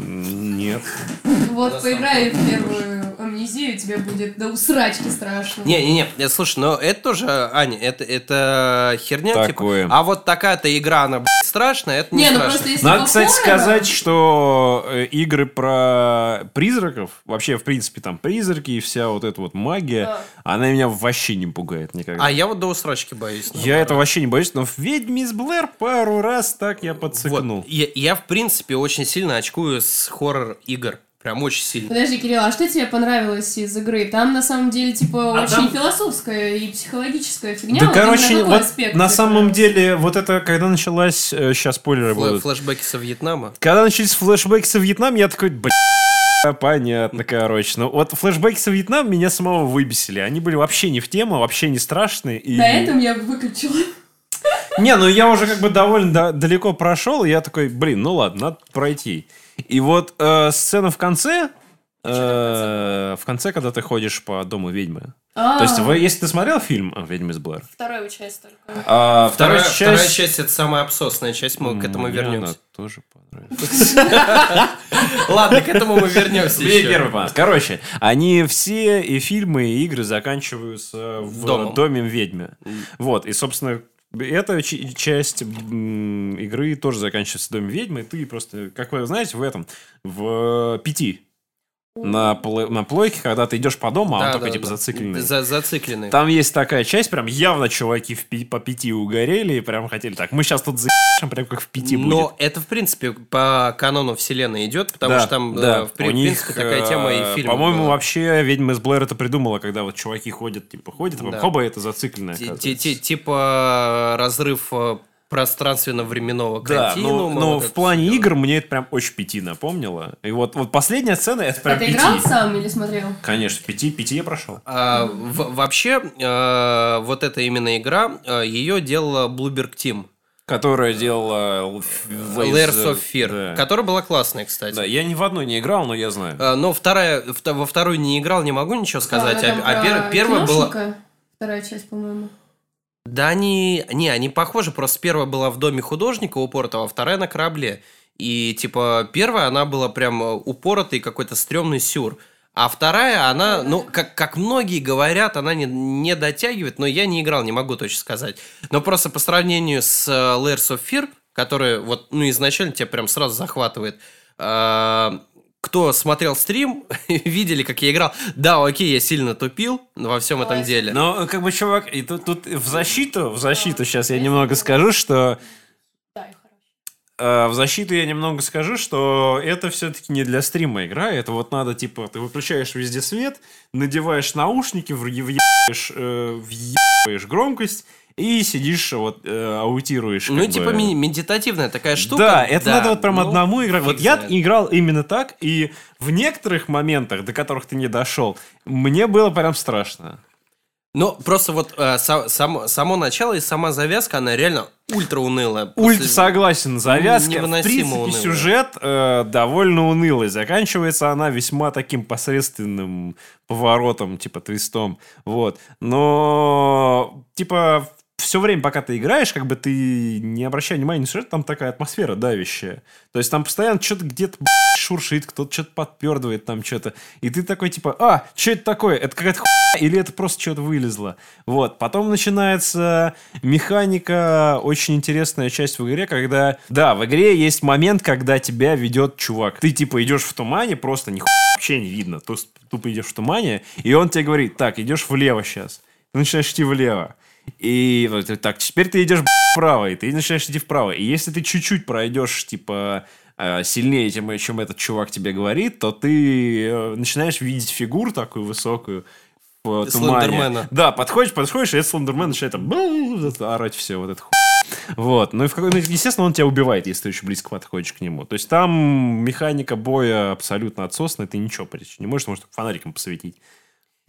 D: м, Нет.
C: Вот, поиграй в первую амнезию, тебе будет до усрачки страшно.
B: Не-не-не, э, слушай, но это тоже, Аня, это, это херня,
D: Такое.
B: типа. А вот такая-то игра, она, блядь, страшная, это не,
C: Не, ну
B: страшно.
C: просто если
D: Надо,
C: по
D: кстати,
C: хоррорам-
D: сказать, что э, игры про призраков, вообще, в принципе, там призраки и вся вот эта вот магия,
C: Да.
D: она меня вообще не пугает никогда.
B: А я вот до усрачки боюсь. ну.
D: Я это вообще не боюсь, но в «Ведьме из Блэр» пару раз так я подсыкнул.
B: Вот. Я, я, в принципе, очень сильно очкую с хоррор-игр. Прям очень сильно.
C: Подожди, Кирилл, а что тебе понравилось из игры? Там, на самом деле, типа,
D: А
C: очень
D: там-
C: философская и психологическая фигня.
D: Да,
C: Вот
D: короче,
C: именно
D: вот
C: какой ну, аспект
D: на
C: тебе
D: самом
C: понравился?
D: деле, вот это, когда началась... Сейчас спойлеры
B: Флэ-
D: будут.
B: Флэшбэки со Вьетнама.
D: Когда начались флешбеки со Вьетнам, я такой, блин, понятно, короче. Ну вот флешбеки со Вьетнам меня самого выбесили. Они были вообще не в тему, вообще не страшные. И...
C: На этом я выключила.
D: Не, ну я уже как бы довольно да- далеко прошел, и я такой, блин, ну ладно, надо пройти. И вот э, сцена в конце, э, в конце, когда ты ходишь по дому ведьмы.
C: А,
D: То есть, вы- если ты смотрел фильм э, «Ведьма из Блэр»,
C: Вторую часть только.
D: а, вторая
B: Вторая, вторая
D: часть-
B: часть это самая абсосная часть, мы к этому
D: Мне
B: вернемся.
D: она тоже понравилась.
B: Ладно, к этому мы вернемся
D: Мне
B: еще.
D: первый понравился. Короче, они все и фильмы, и игры заканчиваются в
B: Домом.
D: доме ведьмы. Вот, и, собственно, эта ч- часть м, игры тоже заканчивается в доме ведьмы. И Ты просто, как вы знаете, в этом, в э, пяти на, пло- на плойке, когда ты идешь по дому, а он
B: Да,
D: такой
B: да,
D: типа
B: да.
D: зацикленный.
B: За- зацикленный.
D: Там есть такая часть, прям явно чуваки в пи- по пяти угорели и прям хотели так. Мы сейчас тут за***шим, прям как в пяти будет.
B: Но это, в принципе, по канону вселенной идет, потому
D: Да,
B: что там, э,
D: да.
B: в при-
D: У
B: в
D: них,
B: принципе, такая тема и
D: э,
B: фильм.
D: По-моему, вообще «Ведьма из Блэр» это придумала, когда вот чуваки ходят, типа, ходят, а потом
B: Да.
D: хоба, это зацикленное. оказывается.
B: Типа разрыв э, пространственно-временного
D: Да, но,
B: континуума.
D: но
B: ну, вот
D: в
B: это
D: плане
B: всё.
D: игр мне это прям очень пяти напомнило. И вот, вот последняя сцена, это
C: А
D: прям
C: ты
D: пяти.
C: играл сам или смотрел?
D: Конечно, пяти, пяти я прошел.
B: А, в- вообще, э, вот эта именно игра, э, ее делала Bloomberg Team.
D: Которая делала... э, Waves,
B: Layers
D: э,
B: of Fear,
D: Да.
B: которая была классная, кстати.
D: Да, я ни в одной не играл, но я знаю.
B: Э, Но вторая, вт- во вторую не играл, не могу ничего сказать.
C: Да, она
B: а
C: там
B: а пер-
C: про
B: первая была...
C: киношника, Вторая часть, по-моему.
B: Да, они... Не, они похожи, просто первая была в доме художника упоротого, а вторая на корабле. И, типа, первая, она была прям э, упоротый какой-то стрёмный сюр. А вторая, она, ну, как, как многие говорят, она не, не дотягивает, но я не играл, не могу точно сказать. Но просто по сравнению с э, Layers of Fear, который вот, ну, изначально тебя прям сразу захватывает, э, кто смотрел стрим, видели, как я играл. Да, окей, я сильно тупил во всем этом
C: Ой.
B: деле.
D: Но, э, как бы, чувак, и тут, тут в защиту, в защиту сейчас я немного скажу, что
F: Да, и хорошо.
D: Э, в защиту я немного скажу, что это все-таки не для стрима игра. Это вот надо, типа, ты выключаешь везде свет, надеваешь наушники, вре- въебываешь, э, въебываешь громкость и сидишь, вот, э, аутируешь.
B: Ну,
D: как
B: типа
D: бы.
B: ми- медитативная такая штука.
D: Да, это надо вот прям
B: ну,
D: одному играть. Вот
B: фиг
D: я
B: знает.
D: играл именно так, и в некоторых моментах, до которых ты не дошел, мне было прям страшно.
B: Ну, просто вот э, со- само, само начало и сама завязка, она реально ультра унылая.
D: Ульт
B: После-
D: согласен, завязка, в
B: невыносимо
D: принципе,
B: унылая.
D: сюжет э, довольно унылый. Заканчивается она весьма таким посредственным поворотом, типа твистом. Вот. Но, типа, все время, пока ты играешь, как бы ты не обращай внимания на сюжет, там такая атмосфера давящая. То есть там постоянно что-то где-то б***ь, шуршит, кто-то что-то подпердывает там что-то. И ты такой, типа, а, что это такое? Это какая-то хуйня или это просто что-то вылезло? Вот. Потом начинается механика, очень интересная часть в игре, когда... Да, в игре есть момент, когда тебя ведет чувак. Ты, типа, идешь в тумане, просто нихуя вообще не видно. Ту- Тупо идешь в тумане, и он тебе говорит, так, идешь влево сейчас. Ты начинаешь идти влево. И вот ты так, теперь ты идешь б***, вправо, и ты начинаешь идти вправо. И если ты чуть-чуть пройдешь, типа, э, сильнее, чем, чем этот чувак тебе говорит, то ты э, начинаешь видеть фигуру такую высокую в э, тумане.
B: Слендермена.
D: Да, подходишь, подходишь, и этот Слендермен начинает там «бу», вот это орать все, вот это ху- Вот. Ну и в какой ну, естественно, он тебя убивает, если ты еще близко подходишь к нему. То есть там механика боя абсолютно отсосная, ты ничего почти не можешь, может, фонариком посветить.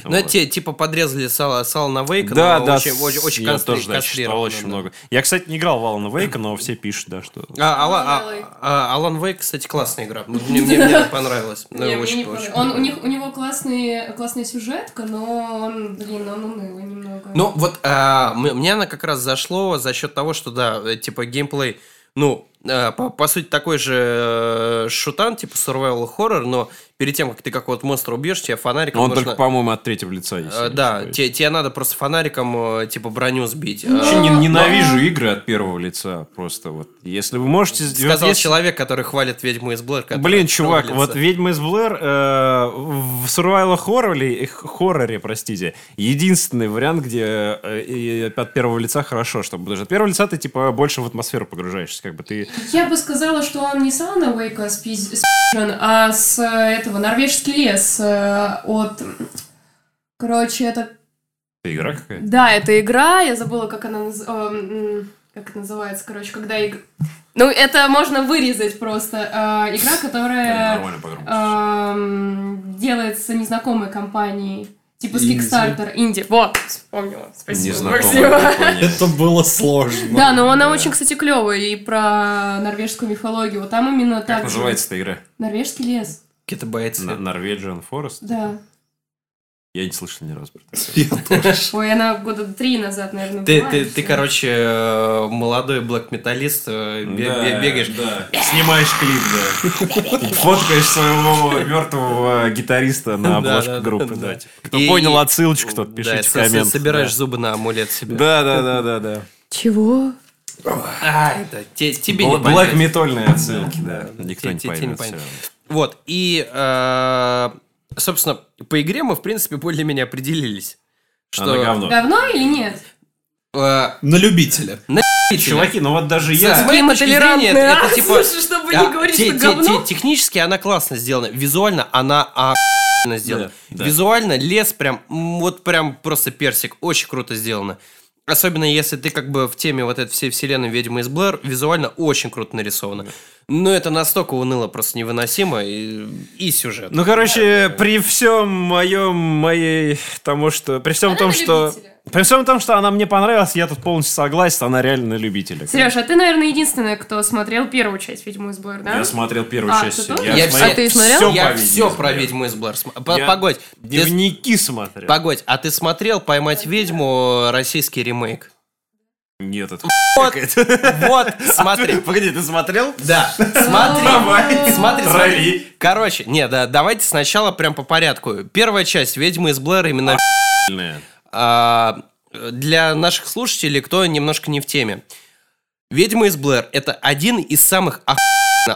B: Ну, это
D: Вот.
B: те, типа подрезали сало, сало на Вейка,
D: Да,
B: но
D: да,
B: очень, очень, очень
D: я
B: констри-
D: тоже, да, читал
B: кастрированно,
D: очень
B: да.
D: много. Я, кстати, не играл в Алана Вейка, но все пишут, да, что...
B: А, Алан,
F: Алан Вейк.
B: а- а- Алан Вейк, кстати, классная игра. Мне, мне- мне она понравилась. Да,
C: Не, мне
B: Ну, очень-
C: не
B: очень
C: понравилось. Он, у,
B: прикольная.
C: них, у него классный, классная сюжетка, но он, блин, он унылый немного.
B: Ну, вот а, м- мне она как раз зашло за счет того, что, да, э, типа, геймплей, ну, э, по, по сути, такой же э, шутан, типа, survival horror, но перед тем, как ты какого-то монстра убьешь, тебе фонариком
D: Он
B: нужно-
D: только, по-моему, от третьего лица есть.
B: Ну, Э, Да, те- тебе, надо просто фонариком, э, типа, броню сбить. Э,
D: Вообще не- ненавижу игры от первого лица. Просто вот. Если вы можете... вот
B: Сказал
D: если-
B: человек, который хвалит ведьму из Блэр. которая
D: Блин, чувак,
B: трогается.
D: вот «Ведьма из Блэр» э, в сурвайла хорроре, э, хорроре, простите, единственный вариант, где э, и от первого лица хорошо, чтобы даже от первого лица ты, типа, больше в атмосферу погружаешься, как бы ты...
C: Я бы сказала, что он не с Алана Уэйка спиз- спизжен, а с э, этого, «Норвежский лес» э, от... Короче, это...
D: Ты игра какая-то?
C: Да, это игра, я забыла, как она наз- эм, м, как это называется, короче, когда... иг- Ну, это можно вырезать просто. Э, Игра, которая
D: Нормально погружаешься.
C: эм, делается незнакомой компанией. Типа с
E: Инди.
C: Kickstarter. Инди. Вот, вспомнила. Спасибо.
D: Незнакомая компания.
E: Это было сложно.
C: Да, но она очень, кстати, клевая и про норвежскую мифологию. Там именно
D: Как
C: так. же.
D: называется эта игра?
C: Норвежский лес.
B: Какие-то бойцы.
D: Н- Norwegian Forest?
C: Да.
D: Я не слышал ни разу про это.
C: Ой, она года три назад, наверное,
B: Ты,
C: была
B: ты,
C: еще.
B: ты, короче, э, молодой блэк-металлист, э, бе- бе- бегаешь.
D: Да. Снимаешь клип, да. Фоткаешь своего мертвого гитариста на
B: Да,
D: обложку
B: да,
D: группы.
B: да.
D: да, типа. Кто
B: И-
D: понял
B: и-
D: отсылочку, тот
B: Да,
D: пишите в
B: со- со-
D: комментах.
B: собираешь зубы на амулет себе.
D: Да, да, да, да, да.
F: Чего?
B: А, это те- тебе не понять.
D: Блэк метольные отсылки, да. Никто
B: Те-
D: не
B: те- те не
D: поймет.
B: понят.
D: всё.
B: Вот, и, э, собственно, по игре мы, в принципе, более-менее определились.
D: Она говно.
C: Говно или нет?
B: э,
E: На любителя.
D: Чуваки, ну вот даже я...
B: С моей точки зрения, это- это
C: а?
B: типа-
C: Слушай, чтобы
B: а,
C: не говорить,
B: те-
C: что
B: те-
C: говно.
B: те- технически она классно сделана, визуально она охуенно сделана.
D: Да, да.
B: Визуально лес прям, м, вот прям просто персик, очень круто сделано. Особенно если ты как бы в теме вот этой всей вселенной «Ведьмы из Блэр», визуально очень круто нарисовано. Но это настолько уныло, просто невыносимо, и, и сюжет.
D: Ну, короче, при всем моем, моей тому, что... При всем
C: Она
D: том,
C: на
D: что...
C: любителя.
D: При всем том, что она мне понравилась, я тут полностью согласен, она реально на любителя.
C: Сереж, а ты, наверное, единственная, кто смотрел первую часть «Ведьму из Блэр», да?
D: Я смотрел первую
C: А,
D: часть.
C: ты тоже?
F: Я
D: смотрел
F: все- А ты смотрел?
D: всё
B: я
D: по видео
B: все про
D: смотрел.
B: «Ведьму из Блэр». см- по-
D: Я-
B: Погодь, ты-
D: Дневники смотрел.
B: погодь, а ты смотрел «Поймать ведьму» российский ремейк?
D: Нет, это...
B: Вот, вот, смотри.
D: Погоди, ты смотрел?
B: Да, смотри,
D: Давай. Трави.
B: смотри, смотри. Короче, не, да, давайте сначала прям по порядку. Первая часть «Ведьмы из Блэр» именно а, для наших слушателей, кто немножко не в теме. «Ведьма из Блэр» — это один из самых охуенных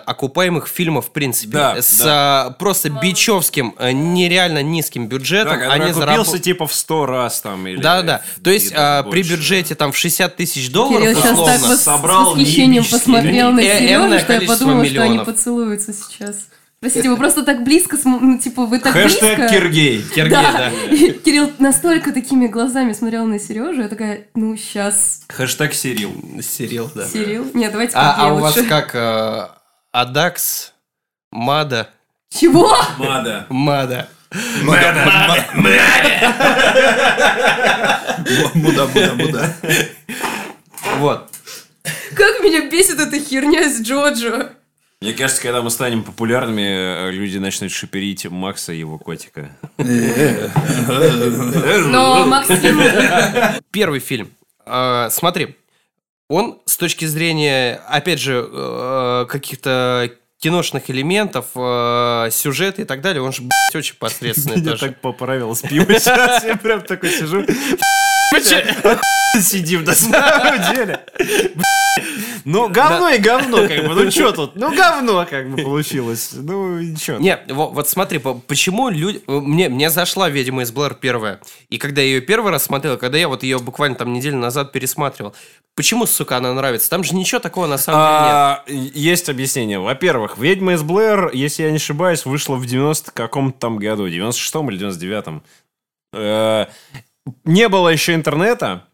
B: окупаемых фильмов, в принципе.
D: Да,
B: с а, просто бичевским, э, нереально низким бюджетом.
D: Да,
B: они
D: который
B: зарабатывают.
D: купился типа в 100 раз там. или-
B: а Да, да.
D: или
B: То есть а,
D: даже
B: при
D: больше.
B: бюджете там в 60 тысяч долларов,
C: Кирилл сейчас
B: условно,
C: так вот с
D: собрал
C: восхищением
D: небические
C: посмотрел на
B: деньги. Э-
C: Сережу,
B: энное
C: что я
B: количество
C: подумала, что они
B: миллионов.
C: поцелуются сейчас. Простите, вы просто так близко, см- ну, типа, вы так
E: Хэштег
C: близко.
E: Киргей.
B: Сергей,
C: Да.
B: да.
C: И Кирилл настолько такими глазами смотрел на Сережу, я такая, ну, сейчас,
D: Хэштег Сирил.
B: Серил, да.
C: Серил. Нет, давайте
B: А, а
C: Сергей
B: у вас
C: лучше.
B: как э, Адакс, Мада,
C: Чего?
D: Мада.
B: Мада.
E: Муда, муда, муда.
B: Вот.
C: Как меня бесит эта херня с Джоджо.
D: Мне кажется, когда мы станем популярными, э, люди начнут шиперить Макса и его котика.
C: Но Максим...
B: Первый фильм. Э, смотри, он с точки зрения, опять же, э, каких-то киношных элементов, э, сюжета и так далее, он же, блядь, очень посредственный
D: Меня
B: тоже.
D: так поправил с пива сейчас. Я прям такой сижу. Сидим на самом деле. Ну, говно и говно, как бы. Ну, что тут? Ну, говно, как бы, получилось. Ну, ничего.
B: Не, во- вот смотри, по- почему люди... Мне, мне зашла «Ведьма из Блэр» первая. И когда я ее первый раз смотрел, когда я вот ее буквально там неделю назад пересматривал, почему, сука, она нравится? Там же ничего такого на самом деле нет.
D: А, Есть объяснение. Во-первых, «Ведьма из Блэр», если я не ошибаюсь, вышла в 90 каком-то там году, 96-м или 99-м. Э, Не было еще интернета,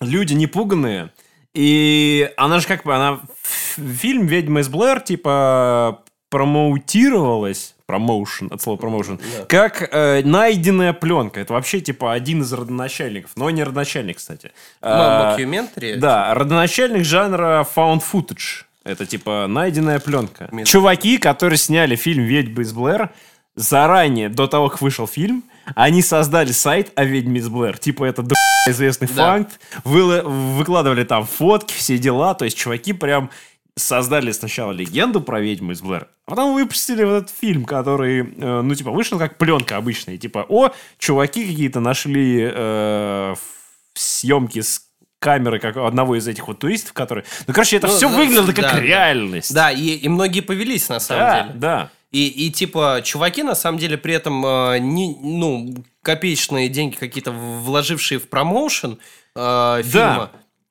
D: люди не пуганные, и она же как бы, она ф- фильм «Ведьма из Блэр» типа промоутировалась, промоушен, от слова промоушен, как э, найденная пленка. Это вообще типа один из родоначальников, но не родоначальник, кстати. А,
B: Мокюментари?
D: да, родоначальник жанра found footage. Это типа найденная пленка.
B: Мин-
D: Чуваки, которые сняли фильм «Ведьма из Блэр», заранее, до того, как вышел фильм, они создали сайт о «Ведьме из Блэр». Типа это до хуя известный
B: Да.
D: факт. Вылы- Выкладывали там фотки, все дела. То есть чуваки прям создали сначала легенду про «Ведьму из Блэр», а потом выпустили вот этот фильм, который, э, ну, типа, вышел как пленка обычная. Типа, о, чуваки какие-то нашли э, в- съемки с камеры как у одного из этих вот туристов, которые... Ну, короче, это
B: Ну,
D: все
B: да,
D: выглядело
B: да,
D: как
B: да.
D: реальность.
B: Да, и, и многие повелись, на самом
D: да,
B: деле.
D: да.
B: И, и типа чуваки на самом деле при этом э, не, ну копеечные деньги какие-то вложившие в промоушен э, фильма.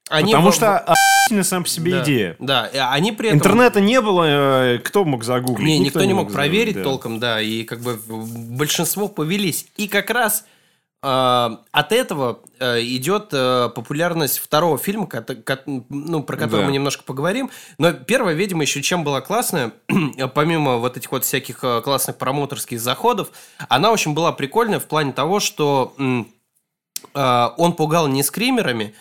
B: Они
D: Потому
B: во-
D: что охуительная сам по себе
B: да,
D: идея.
B: Да, и они при этом.
D: Интернета не было, э, кто мог загуглить?
B: Не, никто не мог
D: загуглить,
B: проверить
D: да.
B: толком, да, и как бы большинство повелись. И как раз э, от этого э, идет э, популярность второго фильма, кот- кот- ну, про который
D: Да.
B: мы немножко поговорим. Но первая «Ведьма» еще чем была классная, помимо вот этих вот всяких э, классных промоторских заходов, она очень была прикольная в плане того, что м, э, он пугал не скримерами,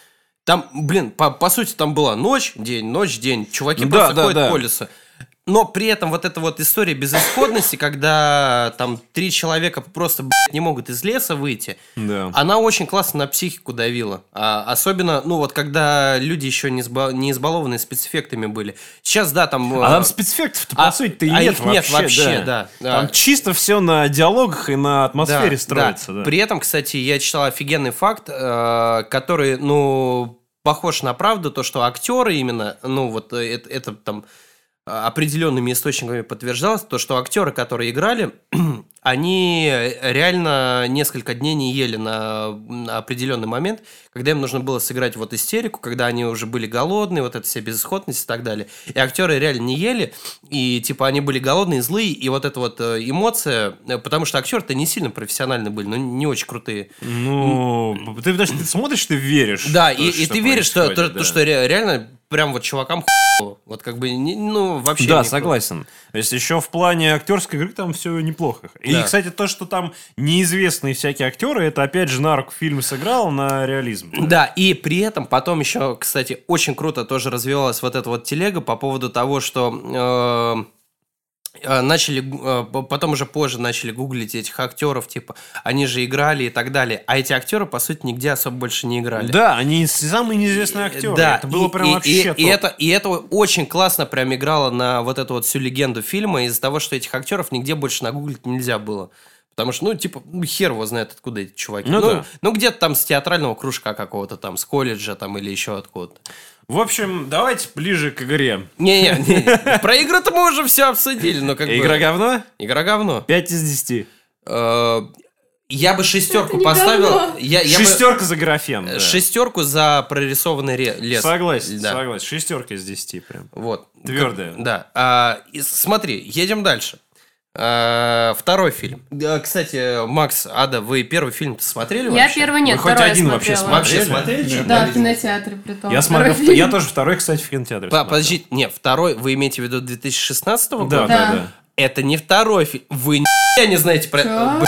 B: там, блин, по, по сути, там была ночь, день, ночь, день. Чуваки
D: Да,
B: просто
D: да,
B: ходят
D: да.
B: по лесу. Но при этом вот эта вот история безысходности, когда там три человека просто, блядь, не могут из леса выйти,
D: Да.
B: она очень классно на психику давила. А, особенно, ну вот, когда люди еще не, изба- не избалованы спецэффектами были. Сейчас, да, там...
D: А
B: э,
D: там спецэффектов-то,
B: а-
D: по сути-то и
B: а
D: нет
B: их
D: вообще.
B: нет вообще, да, А, да.
D: Там чисто все на диалогах и на
B: Да,
D: атмосфере
B: да.
D: строится. Да.
B: При этом, кстати, я читал офигенный факт, э, который, ну, похож на правду, то, что актеры именно, ну, вот э, это, это там э, определенными источниками подтверждалось, то, что актеры, которые играли, они реально несколько дней не ели на, на определенный момент, когда им нужно было сыграть вот истерику, когда они уже были голодные, вот эта вся безысходность и так далее. И актеры реально не ели, и типа они были голодные, злые, и вот эта вот э, эмоция, э, потому что актеры-то не сильно профессиональные были, но не очень крутые.
D: Ну, ты даже ты смотришь, ты веришь.
B: Да,
D: в то,
B: и, и
D: что
B: ты веришь, что, то,
D: происходит,
B: то,
D: да.
B: что ре- реально прям вот чувакам хуй. Вот как бы, не- ну, вообще...
D: Да,
B: не круто.
D: согласен. То есть еще в плане актерской игры там все неплохо. И,
B: Да.
D: кстати, то, что там неизвестные всякие актеры, это опять же на руку фильм сыграл на реализм.
B: Да, и при этом потом еще, кстати, очень круто тоже развивалась вот эта вот телега по поводу того, что э, э, начали, э, п- потом уже позже начали гуглить этих актеров, типа, они же играли и так далее, а эти актеры, по сути, нигде особо больше не играли.
D: Да, они с- самые неизвестные актеры.
B: Э, Да,
D: это было
B: и-
D: прям
B: и,
D: вообще
B: и,
D: топ.
B: и это, и это очень классно прям играло на вот эту вот всю легенду фильма из-за того, что этих актеров нигде больше нагуглить нельзя было. Потому что, ну, типа, ну, хер его знает, откуда эти чуваки.
D: Ну
B: Ну,
D: да.
B: ну, где-то там с театрального кружка какого-то там, с колледжа там или еще откуда-то.
D: В общем, давайте ближе к игре.
B: Не-не, про игры-то мы уже все обсудили, но как бы...
D: Игра говно?
B: Игра говно.
D: 5 из 10.
B: Э, Я бы шестерку
C: не
B: поставил.
C: говно.
B: Я, я бы- Э,
D: Шестерка за графен. да.
B: Шестерку за прорисованный ре- лес.
D: Согласен,
B: Да.
D: согласен. Шестерка из 10 прям.
B: Вот.
D: Твердая.
B: Как- Да. А, и с- смотри, едем дальше. А, второй фильм. Да, Кстати, Макс, Ада, вы первый фильм смотрели
C: Я
B: вообще?
C: первый нет,
D: Вы хоть
C: второй я
D: один вообще
C: смотрела.
B: Вообще
D: Смотрели?
B: смотрели?
E: Нет,
C: Да,
E: не
C: в кинотеатре при том.
D: Я смотрел,
C: Второй
D: я
C: фильм.
D: тоже второй, кстати, в кинотеатре.
B: По-
D: смотрел.
B: Подожди, не, второй, вы имеете в виду 2016
D: Да,
B: года?
D: да,
C: Да.
D: да.
B: Это не второй фильм. Вы ни не знаете про...
C: Чё?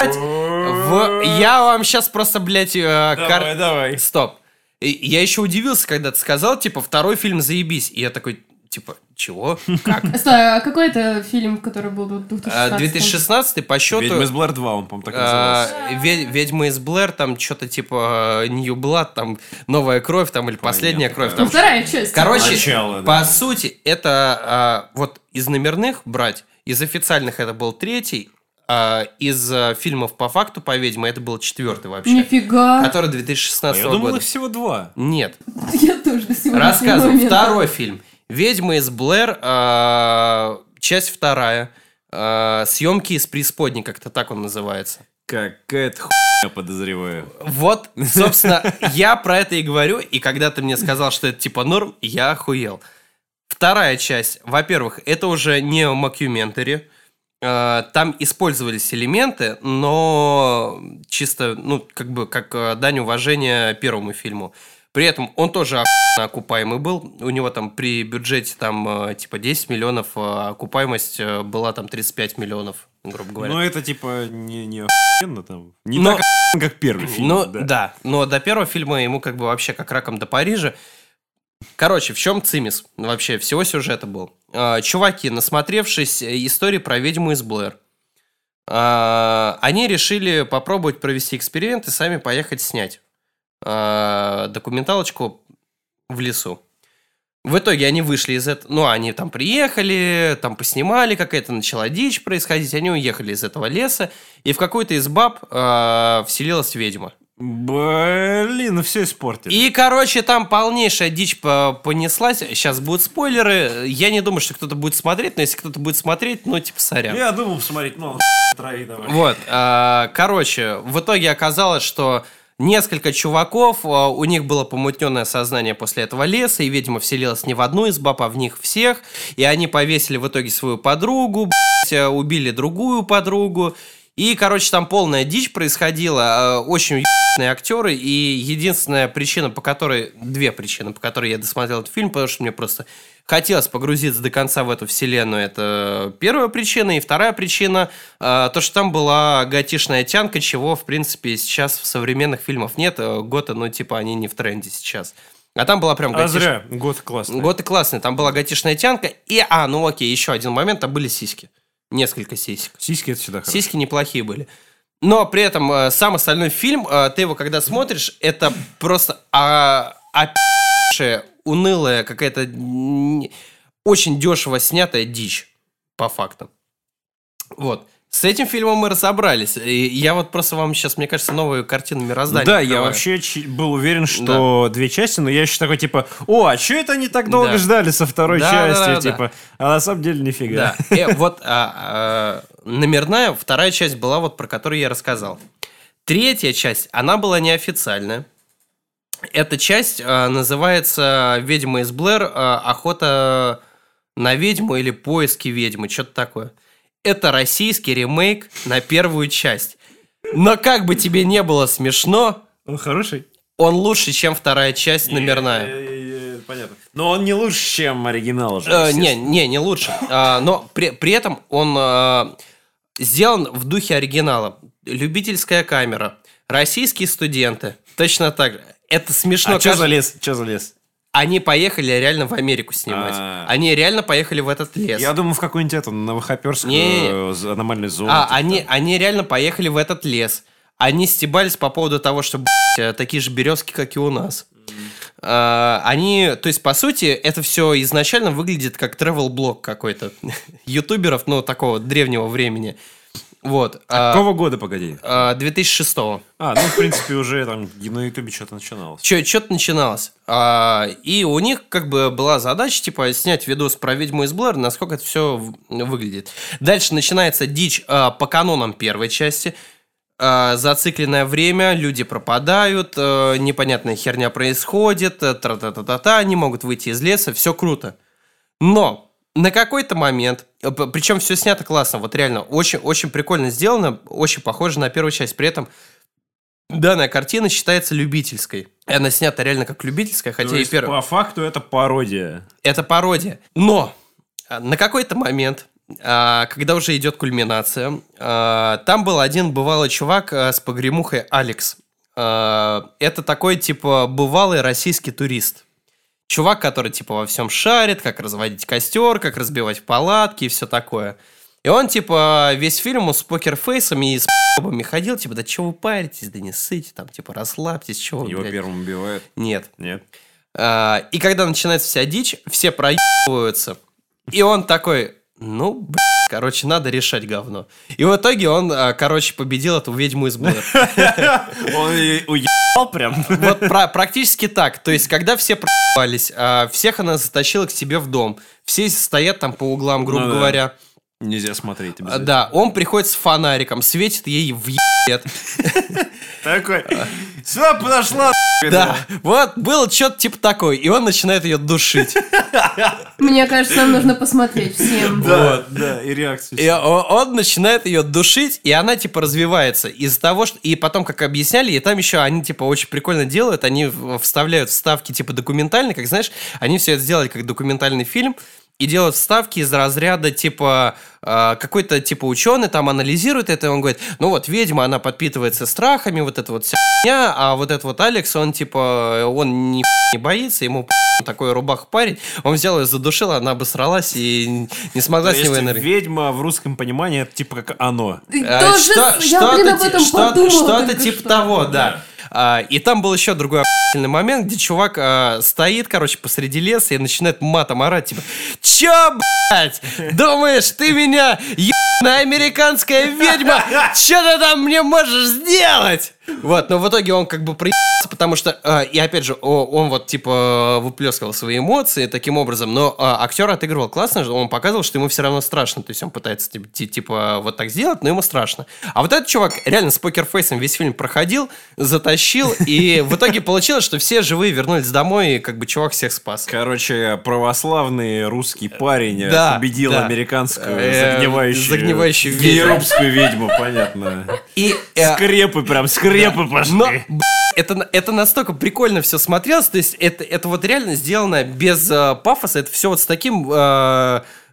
B: Блядь. В- Я вам сейчас просто, блядь, э, кар-
D: давай.
B: Стоп. И Я еще удивился, когда ты сказал, типа, второй фильм заебись. И я такой, типа, чего? Как?
C: Стой, а какой это фильм, который был в 2016?
B: А, 2016 по счету...
D: Ведьма из Блэр 2, он, по-моему, так назывался.
B: а, Ве- Ведьма из Блэр, там что-то типа Нью Блад, там Новая кровь, там или Последняя кровь.
C: Ну,
B: Там.
C: вторая часть.
B: Короче,
D: Начало,
B: по
D: да.
B: сути, это а, вот из номерных брать, из официальных это был третий, а, из а, фильмов по факту по ведьме это был четвертый вообще,
C: Нифига.
B: который
D: А
B: 2016
D: я думал,
B: года.
D: их всего два.
B: Нет.
C: Я тоже до сегодняшнего
B: Рассказываю.
C: момента.
B: Второй фильм. «Ведьма из Блэр», а, часть вторая. а, Съемки из преисподней, как-то так он называется.
D: Какая-то хуйня, подозреваю.
B: Вот, собственно, я про это и говорю, и когда ты мне сказал, что это типа норм, я охуел. Вторая часть, во-первых, это уже не мокюментари, Э, там использовались элементы, но чисто, ну, как бы, как э, дань уважения первому фильму. При этом он тоже охуенно окупаемый был. У него там при бюджете там э, типа 10 миллионов, а окупаемость э, была там 35 миллионов, грубо говоря.
D: Ну, это типа не, не охуенно там. Не
B: Но-
D: так охуенно, как первый фильм.
B: Ну, да.
D: да.
B: Но до первого фильма ему как бы вообще как раком до Парижа. Короче, в чем цимис вообще всего сюжета был? А, Чуваки, насмотревшись э, истории про ведьму из Блэр, а, они решили попробовать провести эксперимент и сами поехать снять а, документалочку в лесу. В итоге они вышли из этого, ну, они там приехали, там поснимали, какая-то начала дичь происходить, они уехали из этого леса, и в какой-то из баб а, вселилась ведьма.
D: Блин, ну все испортили.
B: И, короче, там полнейшая дичь по- понеслась. Сейчас будут спойлеры. Я не думаю, что кто-то будет смотреть, но если кто-то будет смотреть, ну, типа, сорян.
D: Я думал посмотреть, ну, трави давай.
B: Вот, а, короче, в итоге оказалось, что несколько чуваков, а, у них было помутненное сознание после этого леса, и, видимо, вселилась не в одну из баб, а в них всех, и они повесили в итоге свою подругу, блядь, а, убили другую подругу, и, короче, там полная дичь происходила, а, очень ебаные актеры, и единственная причина, по которой, две причины, по которой я досмотрел этот фильм, потому что мне просто хотелось погрузиться до конца в эту вселенную, это первая причина, и вторая причина, э, то, что там была готишная тянка, чего, в принципе, сейчас в современных фильмах нет, Э, Гота, ну, типа, они не в тренде сейчас. А там была прям
D: А
B: готиш-
D: зря, год классный.
B: Готы классные, там была готишная тянка, и, а, ну окей, еще один момент, там были сиськи, несколько сисек.
D: Сиськи это всегда хорошо.
B: Сиськи неплохие были. Но при этом э, сам остальной фильм, э, ты его когда смотришь, это просто а, опи***шая, унылая какая-то н- очень дешево снятая дичь, по факту. Вот. С этим фильмом мы разобрались. И я вот просто вам сейчас, мне кажется, новую картину мироздания.
D: Да, я
B: открываю.
D: вообще чи- был уверен, что две части, но я еще такой, типа, о, а че это они так долго
B: Да.
D: ждали со второй
B: Да, да,
D: части,
B: да, да.
D: типа, а на самом деле нифига.
B: Да. Э, вот а, а, номерная, вторая часть была вот про которую я рассказал. Третья часть, она была неофициальная. Эта часть а, называется «Ведьма из Блэр. а, охота на ведьму» или «Поиски ведьмы», что-то такое. Это российский ремейк на первую часть. Но как бы тебе не было смешно,
D: Он хороший?
B: он лучше, чем вторая часть номерная.
D: Э, э, Понятно. Но он не лучше, чем оригинал же.
B: Э,
D: естественно.
B: не, не, не лучше. А, но при, при этом он а, сделан в духе оригинала. Любительская камера. Российские студенты. Точно так же. Это смешно.
D: А че
B: кажется.
D: за лес? Че за лес?
B: Они поехали реально в Америку снимать.
D: А.
B: Они реально поехали в этот лес.
D: Я думал, в какую-нибудь эту новохоперскую
B: Не-не-не.
D: э, з- аномальную зону.
B: А,
D: типа
B: они,
D: там.
B: они реально поехали в этот лес. Они стебались по поводу того, что блядь, э, такие же березки, как и у нас. А, Они, то есть, по сути, это все изначально выглядит как travel блог какой-то ютуберов, ну, такого древнего времени. Вот. а,
D: Какого года, погоди?
B: а, 2006
D: А, ну, в принципе, уже там и на Ютубе что-то начиналось.
B: Что-то начиналось. А, и у них как бы была задача, типа, снять видос про ведьму из Блэр, насколько это все выглядит. Дальше начинается дичь а, по канонам первой части. А, зацикленное время, люди пропадают, а, непонятная херня происходит, а, тра-та-та-та-та, они могут выйти из леса, все круто. Но на какой-то момент, э, причем все снято классно, вот реально, очень, очень прикольно сделано, очень похоже на первую часть, при этом данная картина считается любительской. И Она снята реально как любительская, хотя
D: То
B: и
D: есть,
B: первая.
D: По факту это пародия.
B: Это пародия. Но а, на какой-то момент, а, когда уже идет кульминация, а, там был один бывалый чувак а, с погремухой Алекс. А, Это такой, типа, бывалый российский турист. Чувак, который, типа, во всем шарит, как разводить костер, как разбивать палатки и все такое. И он, типа, весь фильм он с покерфейсами и с п***бами ходил, типа, да чего вы паритесь, да не сыте, там, типа, расслабьтесь, чего вы,
D: Его
B: блядь?»
D: первым убивают.
B: Нет.
D: Нет.
B: А, И когда начинается вся дичь, все проебываются. И он такой, ну, блин, короче, надо решать говно. И в итоге он, а, короче, победил эту ведьму из Блэр.
D: Он и уебал прям.
B: Вот пра- практически так. То есть, когда все проебались, а, всех она затащила к себе в дом. Все стоят там по углам, грубо
D: Ну да.
B: говоря.
D: Нельзя смотреть
B: А,
D: обязательно.
B: Да, он приходит с фонариком, светит ей в ебет.
D: Такой, сюда подошла,
B: Да, вот было что-то типа такое. И он начинает ее душить.
C: Мне кажется, нам нужно посмотреть всем.
D: Да, да, и реакцию.
B: И о- он начинает ее душить, и она типа развивается. Из-за того, что... И потом, как объясняли, и там еще они типа очень прикольно делают, они в- вставляют вставки типа документальные, как знаешь, они все это сделали как документальный фильм, и делают вставки из разряда типа э, какой-то типа ученый там анализирует это, и он говорит, ну вот ведьма, она подпитывается страхами, вот это вот вся хуйня, а вот этот вот Алекс, он типа, он ни хуя не боится, ему п- такой рубах парень, он взял ее, задушил, она обосралась и не смогла с него энергии.
D: ведьма в русском понимании, это типа как оно.
C: Ты
B: Э,
C: тоже,
B: что-
C: я
B: что-то
C: блин об
B: ти-
C: этом
B: что-то-
C: подумала.
B: Что-то
C: только
B: типа
C: что.
B: того, да. А, и там был еще другой охуительный момент, где чувак а, стоит, короче, посреди леса и начинает матом орать, типа, «Чё, блядь, думаешь, ты меня, ебаная американская ведьма, чё ты там мне можешь сделать?» Вот, но в итоге он как бы проебался, потому что, а, и опять же, о- он вот типа выплескивал свои эмоции таким образом, но а, актер отыгрывал классно, же, он показывал, что ему все равно страшно, то есть он пытается тип- ти- типа вот так сделать, но ему страшно. А вот этот чувак реально с покерфейсом весь фильм проходил, затащил, и в итоге получилось, что все живые вернулись домой, и как бы чувак всех спас.
D: Короче, православный русский парень э,
B: Да,
D: победил
B: да.
D: американскую
B: Э,
D: загнивающую,
B: загнивающую ведьму.
D: генерубскую ведьму, понятно.
B: И э,
D: Скрепы прям, скрепы пошли.
B: Но б***ь, это, на- это настолько прикольно все смотрелось, то есть это, это вот реально сделано без э, пафоса, это все вот с таким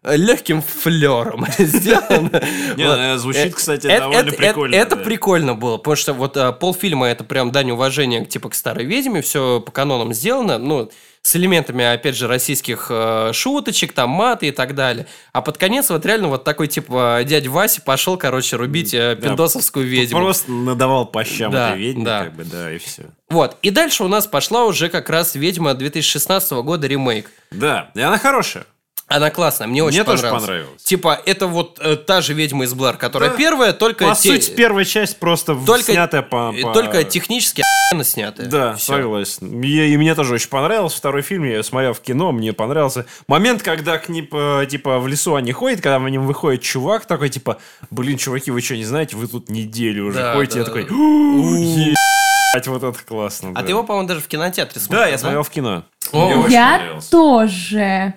B: легким флером сделано.
D: Не,
B: Вот.
D: э, звучит,
B: Э,
D: кстати,
B: э,
D: довольно
B: это-
D: прикольно,
B: Это
D: да.
B: прикольно было, потому что вот э, полфильма это прям дань уважения типа к старой ведьме, все по канонам сделано, ну с элементами, опять же, российских э, шуточек, там маты и так далее. А под конец вот реально вот такой типа дядь Вася пошел, короче, рубить э,
D: Да,
B: пиндосовскую ведьму.
D: Просто надавал по щам
B: Да,
D: этой ведьме,
B: да.
D: как бы, да, и все.
B: Вот, и дальше у нас пошла уже как раз «Ведьма» 2016 года ремейк.
D: Да, и она хорошая.
B: Она классная, мне очень
D: Мне тоже
B: понравилась.
D: понравилась.
B: Типа, это вот э, та же «Ведьма из Блэр», которая
D: Да.
B: первая, только...
D: По
B: те-
D: сути, первая часть просто в-
B: только,
D: снятая по...
B: э,
D: по-
B: только технически охуенно снятая.
D: Да,
B: Всё.
D: согласен. Мне- и мне тоже очень понравился второй фильм. Я его смотрел в кино, мне понравился. Момент, когда к ним, э, типа, в лесу они ходят, когда в нем выходит чувак такой, типа, блин, чуваки, вы что, не знаете? Вы тут неделю уже
B: Да,
D: ходите.
B: да,
D: я
B: да.
D: такой, «У, ебать, вот это классно.
B: А ты его, по-моему, даже в кинотеатре смотрел,
D: Да, я смотрел в кино.
B: О,
D: Мне очень
F: Я
D: понравилось.
F: тоже.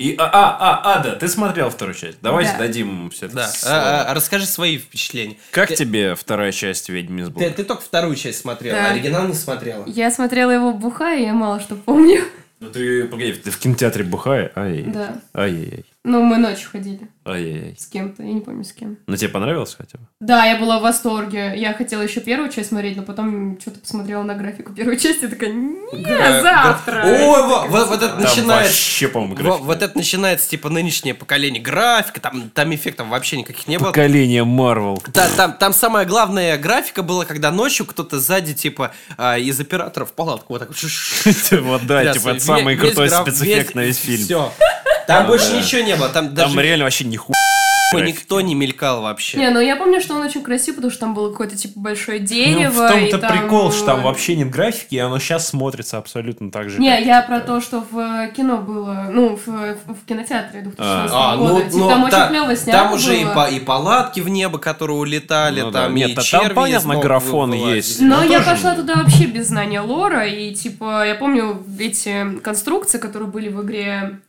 D: И, а, а, а, Ада, ты смотрел вторую часть? Давайте
F: Да.
D: дадим все-таки
B: Да.
D: слово.
B: А, а, а расскажи свои впечатления.
D: Как тебе вторая часть «Ведьмы из
B: Ты,
D: Блэр»?
B: ты только вторую часть смотрела,
C: Да.
B: оригинал не смотрела.
C: Я смотрела его бухая, и я мало что помню.
D: Ну ты, погоди, ты в кинотеатре бухая? Ай,
C: Да.
D: ай-яй-яй,
C: Ну, мы ночью ходили
D: ай-яй-яй.
C: с кем-то, я не помню с кем.
D: Ну тебе понравилось хотя бы?
C: Да, я была в восторге. Я хотела еще первую часть смотреть, но потом что-то посмотрела на графику первой части и такая, не, завтра.
B: Ой, Э, во- во- вот это
D: Там
B: начинает...
D: вообще, по-моему,
B: Во-
D: график.
B: вот это начинается, типа, нынешнее поколение графика, там, там эффектов вообще никаких не было.
D: Поколение Марвел.
B: Та- там, там самая главная графика была, когда ночью кто-то сзади, типа, а, из оператора в палатку вот так...
D: Вот да, типа это самый крутой спецэффект на весь фильм.
B: Все. Там больше ничего не было. Там
D: Там
B: даже...
D: реально вообще нихуя
B: типа никто не мелькал вообще.
C: Не, ну я помню, что он очень красив, потому что там было какое-то типа большое
D: Ну,
C: дерево.
D: в
C: и
D: том-то прикол, что там
C: э,
D: вообще нет графики, и оно сейчас смотрится абсолютно так же.
C: Не,
D: как,
C: я
D: типа,
C: про то, что в э, кино было, ну, в, э, в кинотеатре 2016
B: А,
C: года.
B: ну,
C: Типа,
B: ну,
C: там очень
B: та-
C: клево снято
B: там уже и,
C: было.
B: па- и палатки в небо, которые улетали,
D: Ну да,
B: там
D: нет,
B: и
D: та- там
B: черви из
D: понятно,
B: ног
D: графон
B: вылазили.
D: есть.
C: Но
D: Ну,
C: я
D: тоже
C: пошла
D: не-
C: туда вообще без знания лора, и типа, я помню эти конструкции, которые были в игре.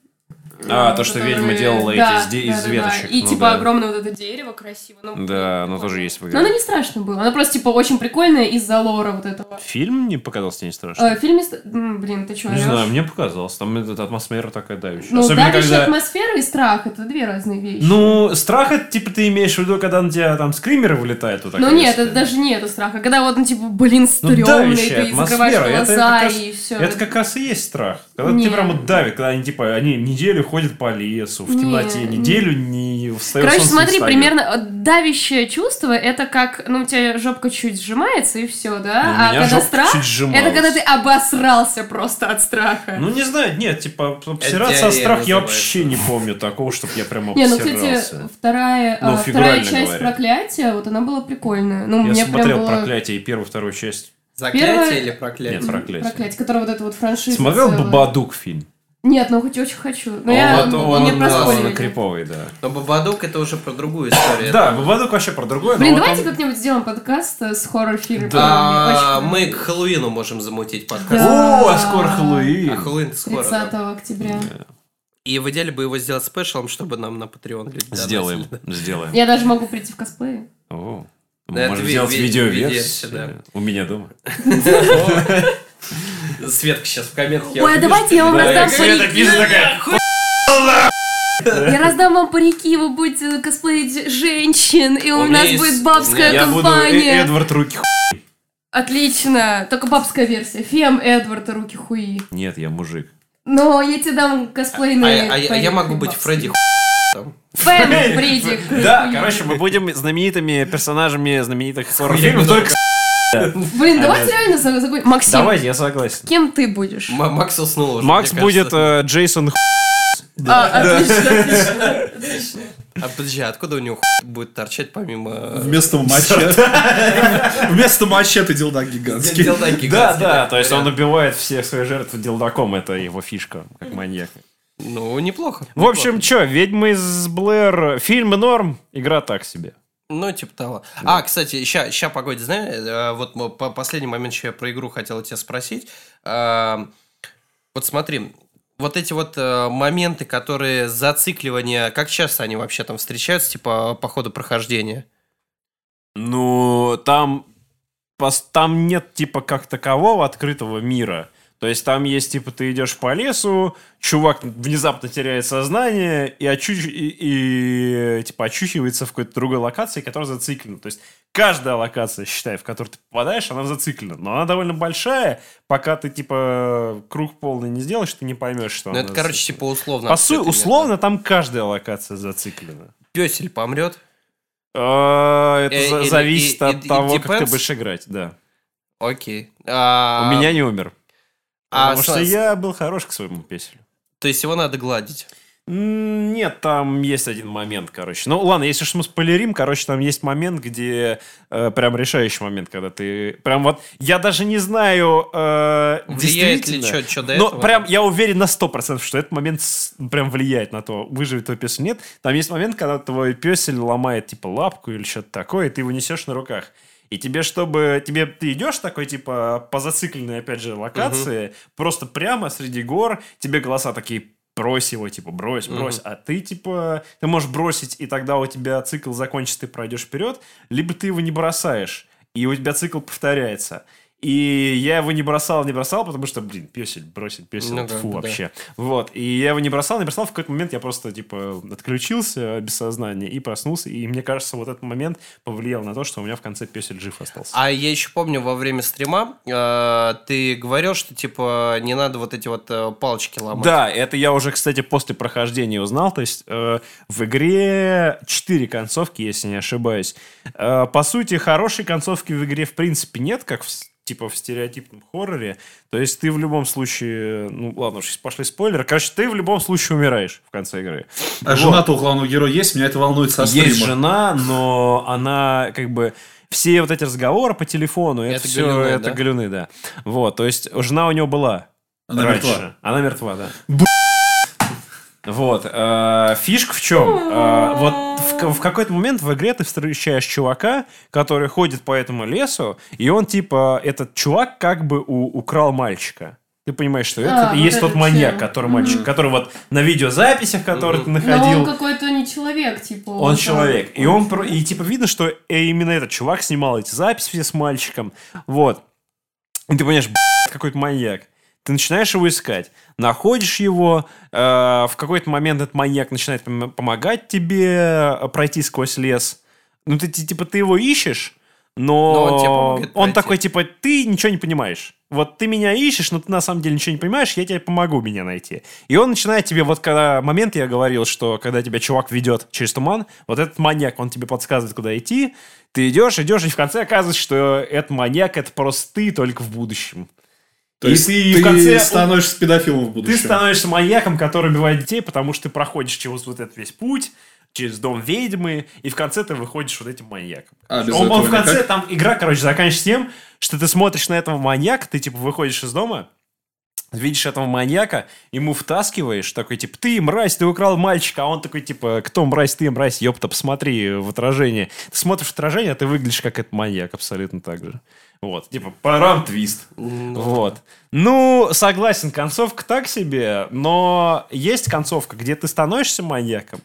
D: А,
C: э,
D: то, что
C: которые-
D: ведьма делала эти
C: Да,
D: из де-
C: да,
D: из
C: да, да.
D: веточек.
C: И
D: Ну
C: типа
D: да.
C: огромное вот это дерево красиво. ну,
D: Да, оно
C: вот.
D: тоже есть в
C: Но
D: игре.
C: оно не страшно было, оно просто типа очень прикольное из-за лора вот этого.
D: Фильм не показался тебе не страшным?
C: Э, В фильме... ст- м, Блин, ты чё,
D: Не
C: орёшь?
D: знаю, мне показалось. Там эта атмосфера такая давящая.
C: Ну,
D: Особенно
C: давишь
D: когда...
C: атмосфера и страх, это две разные вещи.
D: Ну, страх, это, типа, ты имеешь в виду, когда на тебя там скримеры вылетают вот так.
C: Ну
D: резко.
C: нет, это даже не это страх, а когда вот, ну, типа, блин,
D: Ну,
C: стрёмный,
D: давящая
C: ты закрываешь
D: атмосфера, это- это
C: глаза
D: как раз-
C: и все.
D: Это как раз и есть страх. Когда тебя
C: Нет.
D: прямо давит, когда они, типа, они неделю ходят по лесу, в
C: Нет,
D: темноте,
C: нет.
D: неделю не встают
C: Короче,
D: солнце не
C: смотри,
D: встаёт.
C: примерно э, давящее чувство это как, ну, у тебя жопка чуть сжимается и все, да?
D: Ну, у
C: а
D: меня
C: когда
D: жопка
C: страх,
D: чуть сжималась.
C: это когда ты обосрался просто от страха.
D: Ну, не знаю, нет, типа, обсираться
B: диарея
D: от страха я
B: называется.
D: вообще не помню такого, чтобы я прямо
C: не, ну,
D: обсирался.
C: кстати, вторая,
D: Ну,
C: а,
D: фигурально
C: вторая часть
D: говоря.
C: проклятия, вот она была прикольная. Ну,
D: Я
C: мне прям
D: смотрел
C: было...
D: «Проклятие» и первую, вторую часть.
B: Заклятие
C: Первое-
B: или проклятие?
D: Нет, «Проклятие».
C: Проклятие, которая вот эта вот франшиза
D: Смотрел
C: целая.
D: «Бабадук» фильм?
C: Нет, ну хоть очень хочу. Но
D: он,
C: я
D: он,
C: он мне
D: он,
C: проспойлерили.
D: он криповый, да.
B: Но Бабадук это уже про другую историю.
D: Да, «Бабадук» вообще про другое.
C: Блин,
D: но вот
C: давайте
D: он-
C: как-нибудь сделаем подкаст э, с хоррор-фильмами.
B: А,
C: Очень
B: мы к Хэллоуину можем замутить подкаст.
C: Да.
D: О, а скоро Хэллоуин.
B: А Хэллоуин скоро.
C: 30
B: да.
C: октября.
B: И в идеале бы его сделать спешалом, чтобы нам на Patreon люди донатили.
D: Сделаем, сделаем.
C: Я даже могу прийти в косплее.
D: О,
B: Это
D: Мы можем
B: ви-
D: сделать
B: ви-
D: видеоверсию
B: видеоверсия, да.
D: у меня дома.
B: Светка сейчас в комментах. я
C: Ой, а
B: увижу,
C: давайте
B: что
C: я вам
B: не
C: раздам
B: нравится.
C: парики. Я раздам вам парики, вы будете косплеить женщин, и
B: У
C: у
B: меня
C: нас
B: есть-
C: будет
B: у
C: бабская
B: меня-
D: Я буду Э-
C: компания.
D: Эдвард руки ху...
C: Отлично, только бабская версия. Фем Эдвард и руки хуи.
D: Нет, я мужик.
C: Но я тебе дам
B: А,
C: косплейные
B: я- а я- а я
C: парики
B: могу быть
C: бабские.
B: Фредди
D: Ну
B: Ху- там.
C: Фэм, Фредди.
D: Да, короче, мы будем знаменитыми персонажами знаменитых
B: фильмов,
D: хоррор-фильмов. Только
C: Блин,
D: Э,
C: давайте реально за- за- Максим,
D: Давайте, я согласен.
C: кем ты будешь?
B: М- Макс уснул уже.
D: Макс
B: мне кажется.
D: будет э, Джейсон Ху...
C: А, отлично, отлично.
D: э,
B: А подожди, откуда у него ху- будет торчать помимо...
E: Вместо мачете. Вместо мачете дилдак гигантский.
B: Делдаки
D: Да,
B: гадские,
D: да, то есть он убивает всех своих жертв делдаком, это его фишка, как маньяк.
B: Ну, неплохо.
D: В общем, чё, «Ведьмы из Блэр», фильм норм, игра так себе.
B: Ну, типа того. А, кстати, ща, ща погоди, знаешь, э, вот мы по- последний момент, что я про игру хотел тебя спросить. А, Вот смотри, вот эти вот э, моменты, которые зацикливания, как часто они вообще там встречаются, типа по ходу прохождения?
D: Ну, там, пос- там нет, типа, как такового открытого мира. То есть там есть, типа, ты идешь по лесу, чувак внезапно теряет сознание и, очуч- и, и, типа, очухивается в какой-то другой локации, которая зациклена. То есть каждая локация, считай, в которую ты попадаешь, она зациклена. Но она довольно большая, пока ты, типа, круг полный не сделаешь, ты не поймешь, что
B: Ну,
D: она
B: это, короче,
D: зациклена.
B: типа условно.
D: По сути,
B: абсолютно.
D: условно, там каждая локация зациклена.
B: Пёсель помрет.
D: А,
B: Э,
D: Это за-
B: или- и-
D: зависит
B: и-
D: от
B: it
D: того, как ты
B: depends.
D: будешь играть, да.
B: Окей. А,
D: У меня не умер.
B: а,
D: Потому
B: с-
D: что я был хорош к своему песелю.
B: То есть его надо гладить.
D: М, Нет, там есть один момент, короче. Ну, ладно, если уж мы спойлерим, короче, там есть момент, где э, прям решающий момент, когда ты... Прям вот... Я даже не знаю, э,
B: Влияет ли
D: действительно,
B: чё- чё до
D: но
B: этого?
D: прям я уверен на 100%, что этот момент с- прям влияет на то, выживет твой пес или нет. Там есть момент, когда твой песель ломает, типа, лапку или что-то такое, и ты его несешь на руках. И тебе, чтобы... Тебе ты идешь такой, типа, по зацикленной, опять же, локации, просто прямо среди гор, тебе голоса такие брось его, типа, брось, брось. А ты, типа, ты можешь бросить, и тогда у тебя цикл закончится, ты пройдешь вперед, либо ты его не бросаешь, и у тебя цикл повторяется. И я его не бросал, не бросал, потому что, блин, песель, бросить песель,
B: Ну, как
D: фу,
B: бы, да.
D: вообще. Вот, и я его не бросал, не бросал, в какой-то момент я просто, типа, отключился э, без сознания и проснулся, и мне кажется, вот этот момент повлиял на то, что у меня в конце песель жив остался.
B: А я еще помню во время стрима э, ты говорил, что типа не надо вот эти вот э, палочки ломать.
D: Да, это я уже, кстати, после прохождения узнал. То есть э, в игре 4 концовки, если не ошибаюсь. Э, по сути, хорошей концовки в игре в принципе нет, как в с- типа в стереотипном хорроре. То есть ты в любом случае, ну ладно, уж если пошли спойлеры, короче, ты в любом случае умираешь в конце игры.
E: А жена-то у главного героя есть, меня это волнует со стрима.
D: Есть жена, но она как бы все вот эти разговоры по телефону, это,
B: Это
D: все
B: галюны,
D: это
B: да?
D: галюны, да. Вот, то есть жена у него была.
E: Она
D: раньше.
E: мертва.
D: Она мертва, да.
E: Б***ь.
D: Вот. э, фишка в чем? Э, вот в, к- в какой-то момент в игре ты встречаешь чувака, который ходит по этому лесу, и он типа, этот чувак как бы у- украл мальчика. Ты понимаешь, что это
C: А,
D: и
C: вот
D: есть тот
C: эта
D: маньяк,
C: тема.
D: который мальчик, который вот на видеозаписях, который ты
C: Но
D: находил.
C: Ну, он какой-то не человек, типа.
D: Он
C: там-
D: человек. И он про- и типа видно, что э, именно этот чувак снимал эти записи все с мальчиком. Вот. И ты понимаешь, «Б***ь, какой-то маньяк. Ты начинаешь его искать, находишь его, э, в какой-то момент этот маньяк начинает пом- помогать тебе э, пройти сквозь лес. Ну, ты ти- типа ты его ищешь, но,
B: Но он тебе помогает
D: он
B: пройти.
D: такой типа ты ничего не понимаешь. Вот ты меня ищешь, но ты на самом деле ничего не понимаешь, я тебе помогу меня найти. И он начинает тебе, вот когда момент я говорил, что когда тебя чувак ведет через туман, вот этот маньяк, он тебе подсказывает, куда идти, ты идешь, идешь, и в конце оказывается, что этот маньяк, это просто ты, только в будущем.
E: То
D: И
E: есть
D: ты
E: ты,
D: в конце-
E: становишься педофилом в будущем.
D: Ты становишься маньяком, который убивает детей, потому что ты проходишь через вот этот весь путь, через дом ведьмы, и в конце ты выходишь вот этим маньяком.
E: А, без
D: он, он
E: этого
D: в конце,
E: никак?
D: там игра, короче, заканчивается тем, что ты смотришь на этого маньяка, ты типа выходишь из дома, видишь этого маньяка, ему втаскиваешь, такой, типа, ты, мразь, ты украл мальчика, а он такой, типа, кто мразь, ты, мразь, ёпта, посмотри в отражение. Ты смотришь в отражение, а ты выглядишь как этот маньяк абсолютно так же. Вот, типа, парам твист. Вот. Ну, согласен, концовка так себе, но есть концовка, где ты становишься маньяком,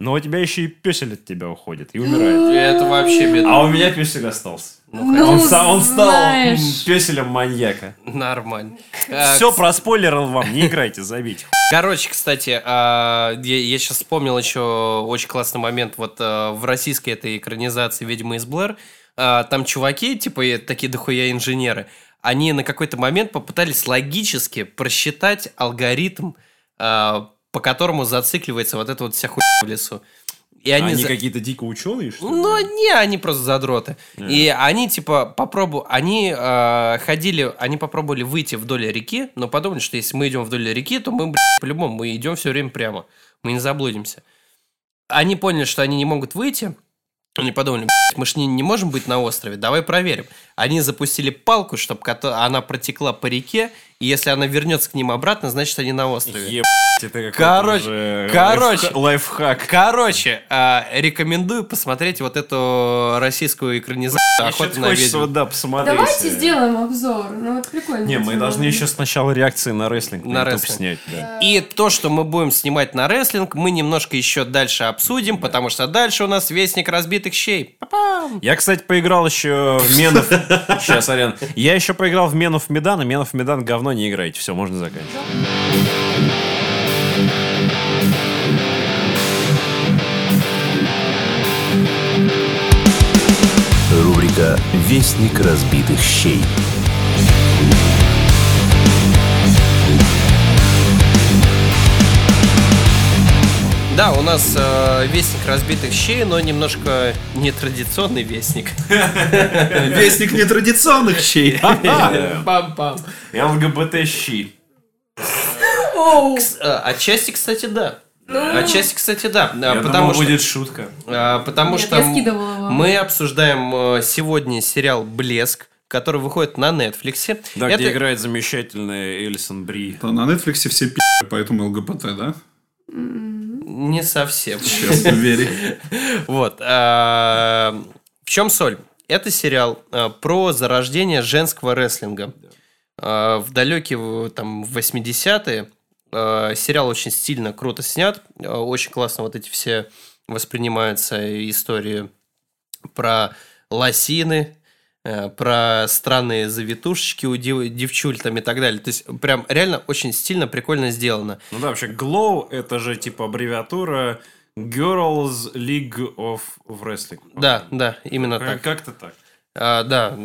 D: но у тебя еще и песель от тебя уходит и умирает.
B: Это вообще беда.
D: А у меня песель остался.
C: Ну,
D: он, ста- он стал м,
C: знаешь.
D: песелем маньяка.
B: Нормально. Э,
D: Все проспойлерил вам, не играйте, забейте.
B: Короче, кстати, а, я, сейчас вспомнил еще очень классный момент вот а, в российской этой экранизации «Ведьмы из Блэр». а, Там чуваки, типа и такие дохуя инженеры, они на какой-то момент попытались логически просчитать алгоритм, а, по которому зацикливается вот эта вот вся хуйня в лесу. И они, за-
D: какие-то дико ученые, что
B: ну, не, они просто задроты. И они, типа, попробу... Они э, ходили, они попробовали выйти вдоль реки, но подумали, что если мы идем вдоль реки, то мы, блядь, по-любому, мы идем все время прямо. Мы не заблудимся. Они поняли, что они не могут выйти. Они подумали, «Блядь, мы ж не, не можем быть на острове, давай проверим. Они запустили палку, чтобы она протекла по реке, и если она вернется к ним обратно, значит, они на острове.
D: это
B: Ну, Короче,
D: уже
B: короче.
D: лайфха- лайфхак.
B: Короче, а, рекомендую посмотреть вот эту российскую экранизацию «Охота
D: Ещё
B: на
D: хочется,
B: ведьм».
D: вот, да, посмотреть.
C: Давайте сделаем обзор. Ну вот прикольно.
D: Э, Не, мы
C: тема.
D: должны еще сначала реакции на рестлинг
B: На
D: на, YouTube
B: рестлинг.
D: снять. Да.
B: И то, что мы будем снимать на рестлинг, мы немножко еще дальше обсудим, потому что дальше у нас вестник разбитых щей. Па-пам!
D: Я, кстати, поиграл еще в Менов. Сейчас, Арен. Я еще поиграл в Менов Медан, и Менов Медан говно не играйте. Все, можно заканчивать.
A: Рубрика «Вестник разбитых щей».
B: Да, у нас э, вестник разбитых щей, но немножко нетрадиционный вестник.
E: Вестник нетрадиционных щей.
B: Пам-пам.
D: ЛГБТ-щи.
C: Оу.
B: Э, Отчасти, кстати, да.
C: Ну.
B: Отчасти, кстати, да. Э, Потому что
D: будет шутка.
B: А, Потому
C: Нет,
B: что
C: я
B: м-
C: скидывала вам.
B: мы обсуждаем э, сегодня сериал «Блеск», который выходит на Netflix.
D: Да,
B: Это-
D: где играет замечательная Элисон Бри.
E: На Netflix все пи***, поэтому ЛГБТ, да?
B: Не совсем.
E: Сейчас не верю.
B: Вот. а, В чем соль? Это сериал а, про зарождение женского рестлинга. А, В далекие в- там 80-е а, сериал очень стильно, круто снят. А, Очень классно вот эти все воспринимаются истории про лосины, э, про странные завитушечки у дев- девчуль там и так далее. То есть прям реально очень стильно, прикольно сделано.
D: Ну да, вообще, GLOW — это же типа аббревиатура Girls League of Wrestling.
B: Да, да, именно
D: Как-
B: так.
D: Как-то так.
B: А, А, да, м,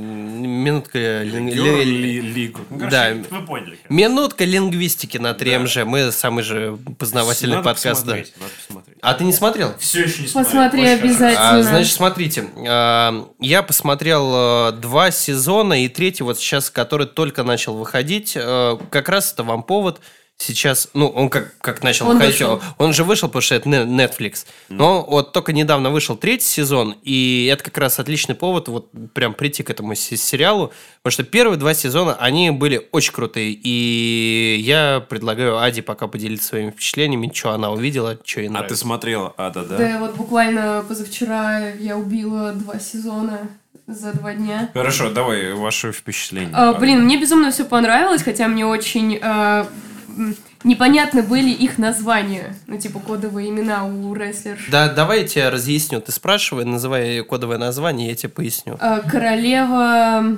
B: минутка... лин- ли- ли-
D: Лигу.
B: Да.
D: Ну, Вы поняли. короче.
B: Минутка лингвистики на 3МЖ. Мы самый же познавательный
D: Надо
B: подкаст. Да.
D: посмотреть, надо посмотреть.
B: А ты не смотрел?
D: Все еще не смотрел.
C: Посмотри
D: Очень хорошо.
C: обязательно.
B: А, значит, смотрите, а, я посмотрел э, два сезона и третий вот сейчас, который только начал выходить. э, Как раз это вам повод сейчас, ну, он как, как начал
C: Он
B: выходить,
C: вышел.
B: он же вышел, потому что это не- Netflix. Но вот только недавно вышел третий сезон, и это как раз отличный повод вот прям прийти к этому се- сериалу, потому что первые два сезона, они были очень крутые, и я предлагаю Аде пока поделиться своими впечатлениями, что она увидела, что ей
D: А ты
B: нравится.
D: смотрела Ада, да?
C: Да, вот буквально позавчера я убила два сезона за два дня.
D: Хорошо, давай ваши впечатления.
C: А, блин, мне безумно все понравилось, хотя мне очень а, м, непонятны были их названия. Ну, типа кодовые имена у рестлерш.
B: Да, давай я тебе разъясню. Ты спрашивай, называй кодовое название, я тебе поясню.
C: А, королева...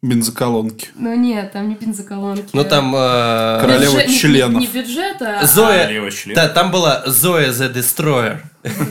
E: Бензоколонки.
C: Ну нет, там не бензоколонки.
B: Ну там... э,
E: Король. Королева
C: Бюджет- не-
E: членов.
C: Не, бюджета, а...
B: Зоя...
D: Лева член.
B: Да, там была Зоя the Destroyer.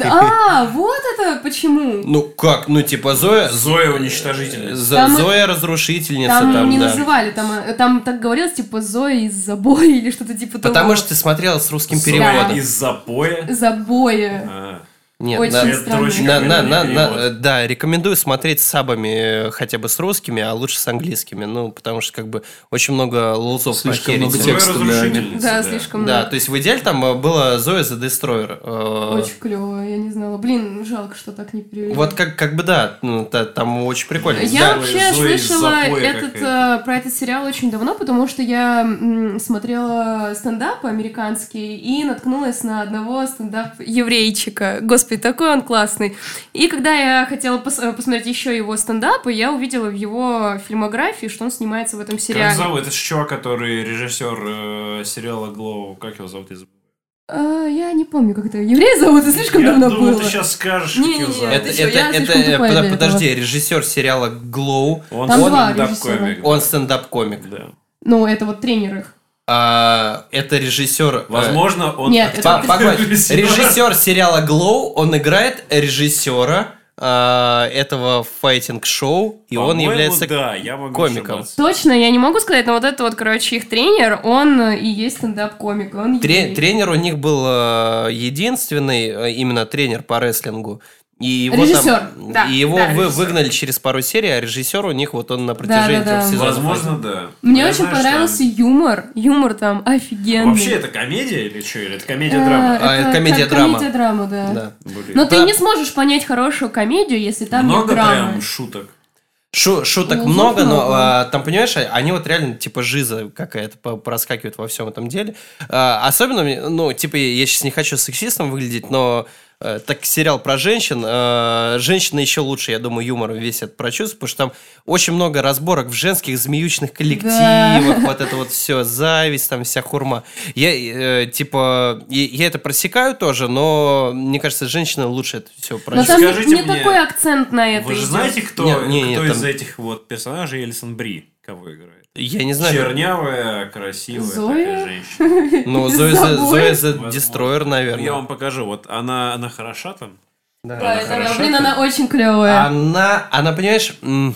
C: А, вот это почему?
B: Ну как, ну типа Зоя... З-
D: Зоя уничтожительница.
B: З-
C: Там-
B: Зоя разрушительница
C: Там,
B: там,
C: не
B: да.
C: называли, там, э, там так говорилось, типа, Зоя из забоя или что-то типа того.
B: Потому что ты смотрела с русским
D: Зоя
B: переводом.
D: Из запоя.
C: Забоя.
D: А,
B: Нет,
C: Очень
B: на-
D: это
C: странно.
D: очень
B: на- на-
D: какой-то
B: на- на-
D: перевод.
B: да, рекомендую смотреть с сабами э, хотя бы с русскими, а лучше с английскими, ну, потому что как бы очень много лузов
E: Слишком
B: похерить.
E: много
D: Зоя
E: текста, да.
D: разрушительница,
C: Да, слишком
B: Да,
C: много.
B: то есть в идеале там э, была Зоя the Destroyer. э,
C: Очень клево, я не знала. Блин, жалко, что так не перевели.
B: Вот как, как бы да, ну, та- там очень прикольно.
C: Я
D: Зои-
C: вообще
D: Зои из
C: слышала
D: запоя
C: этот, э, про этот сериал очень давно, потому что я м, смотрела стендап американский и наткнулась на одного стендап-еврейчика. Господи, такой он классный. И когда я хотела пос- э, посмотреть еще его стендапы, я увидела в его фильмографии, что он снимается в этом
D: Как
C: сериале.
D: зовут? Это же чувак, который режиссер э, сериала Глоу. Как его зовут? Я забыл.
C: А, я не помню, как это. Еврей зовут, это слишком
D: Я
C: давно
D: думал,
C: было.
D: ты сейчас скажешь, как
C: Не-не-не,
D: его зовут.
B: Это,
C: Ты чё,
B: это,
C: э, я
B: это,
C: слишком тупая
B: подо-
C: для
B: подожди, режиссер сериала Glow,
D: Он
C: Там два
D: стендап-комик.
B: он стендап-комик.
D: Да.
C: Ну, это вот тренер их.
B: А, это режиссер... э,
D: Возможно, он...
C: Нет,
D: актер.
B: па-
C: это-
B: погодь,
D: Режиссер.
B: режиссер сериала Glow, он играет режиссера а, этого файтинг-шоу, и он
D: По-моему,
B: является...
D: да, я могу
B: комиком.
D: ошибаться.
C: Точно, я не могу сказать, но вот это вот, короче, их тренер, он э, и есть стендап-комик, и он
B: Тре-
C: еврей.
B: тренер у них был э, единственный, э, именно тренер по рестлингу. И его, там-
C: Режиссер, да,
B: и его
C: да,
B: вы-
C: режиссер.
B: выгнали через пару серий, а режиссер у них вот он на протяжении
C: Да-да-да.
B: трех сезонов.
D: Возможно, да.
C: Мне
D: Я
C: очень
D: знаю, что
C: понравился
D: там-
C: юмор. Юмор там офигенный.
D: Вообще, это комедия или что? Или это
C: Э,
D: комедия-драма?
B: А, это комедия-драма.
C: комедия-драма, да.
B: Да.
D: Блин.
C: Но ты
B: Да.
C: не сможешь понять хорошую комедию, если там
D: Много
C: нет драмы.
D: прям шуток.
B: Шу- шуток
C: Ну,
B: много, но
C: много.
B: а, там, понимаешь, а- они вот реально типа жиза какая-то по- проскакивает во всем этом деле. А, особенно, мне- ну, типа, я сейчас не хочу сексистом выглядеть, но э, так сериал про женщин. э, женщины еще лучше, я думаю, юмором весь это прочувствует, потому что там очень много разборок в женских змеючных коллективах, вот это вот все, зависть, там вся хурма. Я, э, типа, и- я это просекаю тоже, но мне кажется, женщины лучше это все
C: Но
B: прочувствуют.
C: там не,
D: Скажите
C: не
D: мне,
C: такой акцент на это
D: Вы же
C: идет.
D: знаете, кто,
B: Не, не, не,
D: кто
B: там-
D: из этих вот персонажей Элисон Бри? Кого играет?
B: Я не знаю.
D: Чернявая, красивая
C: Зоя?
D: такая женщина.
B: Ну,
C: С
B: Зоя за-
C: собой.
B: Зоя за
D: Возможно.
B: Destroyer,
D: Ну, Я
B: наверное.
D: вам покажу. Вот она, она хороша там?
C: Да,
D: Она А-
C: это-
D: хороша?
C: блин, она очень клевая.
B: Она, она, понимаешь, м,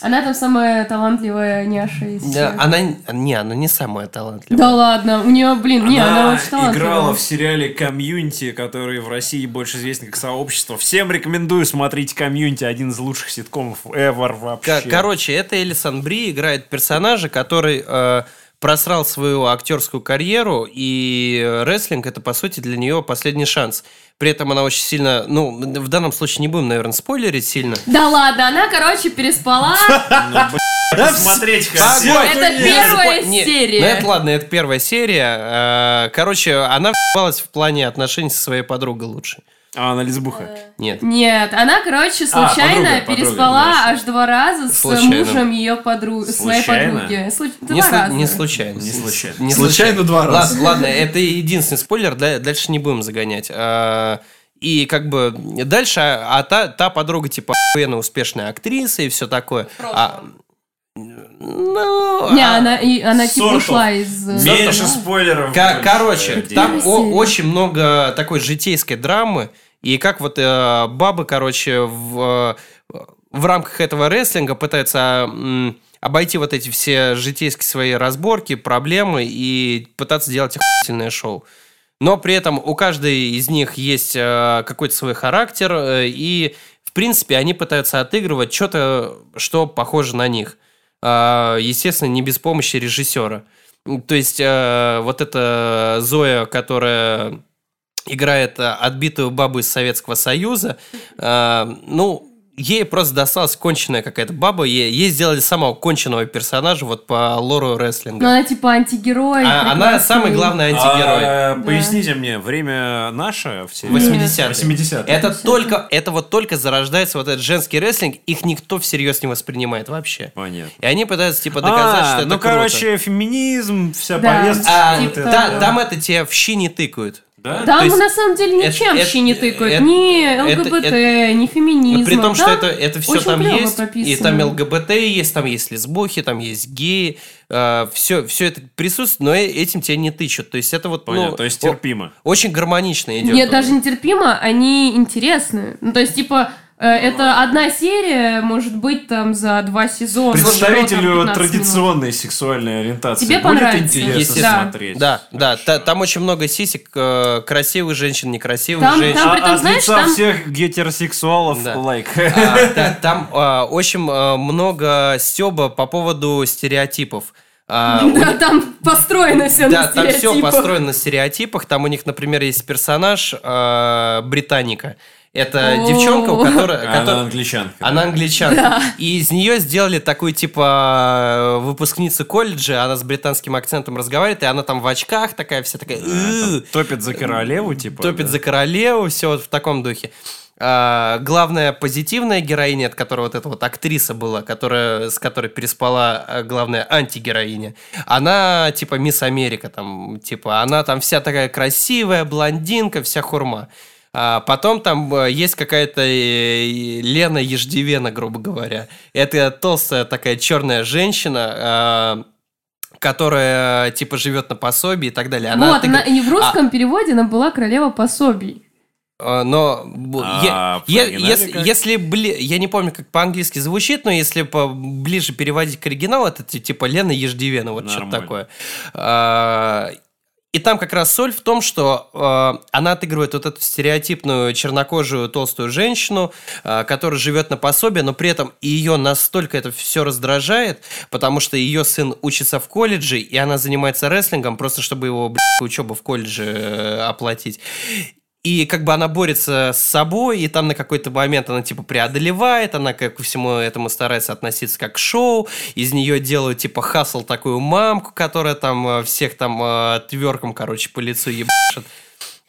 C: Она там самая талантливая няша из
B: да,
C: всех.
B: она, не, она не самая
C: Да
B: талантливая.
C: ладно, у нее, блин, не, она,
D: Она
C: очень талантливая.
D: играла в сериале «Комьюнити», который в России больше известен как «Сообщество». Всем рекомендую смотреть «Комьюнити», один из лучших ситкомов ever
B: Ко-
D: вообще.
B: Короче, это Элисон Бри играет персонажа, который э, просрал свою актерскую карьеру, и э, рестлинг это, по сути, для нее последний шанс. При этом она очень сильно, ну, в данном случае не будем, наверное, спойлерить сильно.
C: Да ладно, она, короче, переспала.
D: Смотреть хотя бы.
B: Погодь,
C: Это
B: не,
C: первая
B: не, не.
C: серия.
B: Ну, это ладно, это первая серия. Э, Короче, она впалась в плане отношений со своей подругой лучше.
D: А, она лесбуха.
B: Нет.
C: Нет, она, короче,
B: А,
C: случайно
D: подруга, подруга,
C: переспала
D: да,
C: аж два раза с
B: Случайно.
C: мужем ее подруги, своей
D: Случайно?
C: подруги. Слу-
B: Не,
C: два
B: слу-
C: раза.
B: не случайно.
D: Не случайно.
B: Не
E: Случайно два
B: Ладно,
E: раза.
B: Ладно, это единственный спойлер, да- дальше не будем загонять. А, И как бы дальше, а а та, та подруга типа охуенно успешная актриса и все такое. А, ну,
C: Не,
B: а-
C: она, и, она типа
D: Сортов.
C: ушла из... э,
D: Меньше
C: Да.
D: спойлеров.
B: Ко-
D: больше
B: Короче,
D: людей.
B: там
C: Первая
B: о-
C: серия.
B: очень много такой житейской драмы. И как вот э, бабы, короче, в, э, в рамках этого рестлинга пытаются м, обойти вот эти все житейские свои разборки, проблемы и пытаться делать охуительное шоу. Но при этом у каждой из них есть э, какой-то свой характер, э, и, в принципе, они пытаются отыгрывать что-то, что похоже на них. А, естественно, не без помощи режиссера. М, То есть, э, вот эта Зоя, которая играет э, отбитую бабу из Советского Союза, э, ну, ей просто досталась конченная какая-то баба, ей, ей сделали самого конченного персонажа вот по лору рестлинга.
C: Но она типа антигерой.
B: А она
C: прекрасный.
B: самый главный антигерой.
D: А,
C: Да.
D: Поясните мне, время наше в теле?
B: 80-е.
E: 80
B: Это только, это вот только зарождается вот этот женский рестлинг, их никто всерьез не воспринимает вообще.
D: Понятно.
B: И они пытаются типа доказать, что это
D: ну,
B: круто.
D: короче, феминизм, вся
C: Да.
D: повестка.
B: А,
C: Типа
B: да,
C: того.
B: там это тебе в щи не тыкают.
D: Да?
C: Там
B: То есть
C: на самом деле
B: это-
C: ничем
B: это-
C: вообще не тыкают.
B: это-
C: ни
B: это-
C: ЛГБТ, ни
B: Но
C: феминизм.
B: при том, что
C: Там
B: это, это все
C: очень
B: там
C: клёво
B: есть, и
C: прописано.
B: там ЛГБТ есть, там есть лесбухи, там есть геи, все, все это присутствует, но э- этим тебя не тычут. То есть это вот ну,
D: Понятно, то есть
B: о-
D: терпимо.
B: очень гармонично идет.
C: Нет, даже нетерпимо, они интересны. Ну, то есть, типа, э, это одна серия, может быть, там за два сезона.
D: Представителю
C: Ну, там 15 минут.
D: традиционной сексуальной ориентации
C: Тебе
D: будет
C: понравится.
D: интересно
B: Естественно.
D: смотреть?
B: Да, да, та- там очень много сисек, э, красивых женщин, некрасивых
C: Там-
B: женщин.
C: там
D: А-
C: при том,
D: от
C: знаешь,
D: лица
C: там-
D: всех гетеросексуалов,
B: Да.
D: лайк.
B: А, да, там а, очень а, много стеба по поводу стереотипов. А, у
C: Да, там построено все
B: Да,
C: на типа.
B: там все
C: стереотипах.
B: построено на стереотипах. Там у них, например, есть персонаж э, британика. Это
C: О.
B: девчонка, у которой...
D: Она
B: которая-
D: англичанка.
B: Она англичанка. И из нее сделали такую, типа, э, выпускницу колледжа. Она с британским акцентом разговаривает, и она там в очках такая вся такая... «Э,
D: Топит за королеву, типа.
B: топит
D: да?
B: за королеву, все вот в таком духе. А, главная позитивная героиня, от которой вот эта вот актриса была, которая, с которой переспала а, главная антигероиня, она типа Мисс Америка, там, типа, она там вся такая красивая, блондинка, вся хурма. А потом там э, есть какая-то э, Лена Еждивена, грубо говоря. Это толстая такая черная женщина, а, которая типа живет на пособии и так далее. Она а
C: Вот,
B: отыгр-
C: она и в русском переводе она была королева пособий.
B: Э, Но бу-
D: А,
B: е- е-
D: пооригинальнее
B: если,
D: как?
B: если бли- я не помню, как по-английски звучит, но если по- ближе переводить к оригиналу, это ти- типа Лена Еждивена, вот что-то
D: Нормально.
B: такое. А, И там как раз соль в том, что э, она отыгрывает вот эту стереотипную чернокожую толстую женщину, э, которая живет на пособие, но при этом ее настолько это все раздражает, потому что ее сын учится в колледже, и она занимается рестлингом, просто чтобы его блядь, учебу в колледже э, оплатить. И как бы она борется с собой, и там на какой-то момент она типа преодолевает, она как ко всему этому старается относиться как к шоу, из нее делают типа хасл такую мамку, которая там э, всех там э, тверком, короче, по лицу ебашит.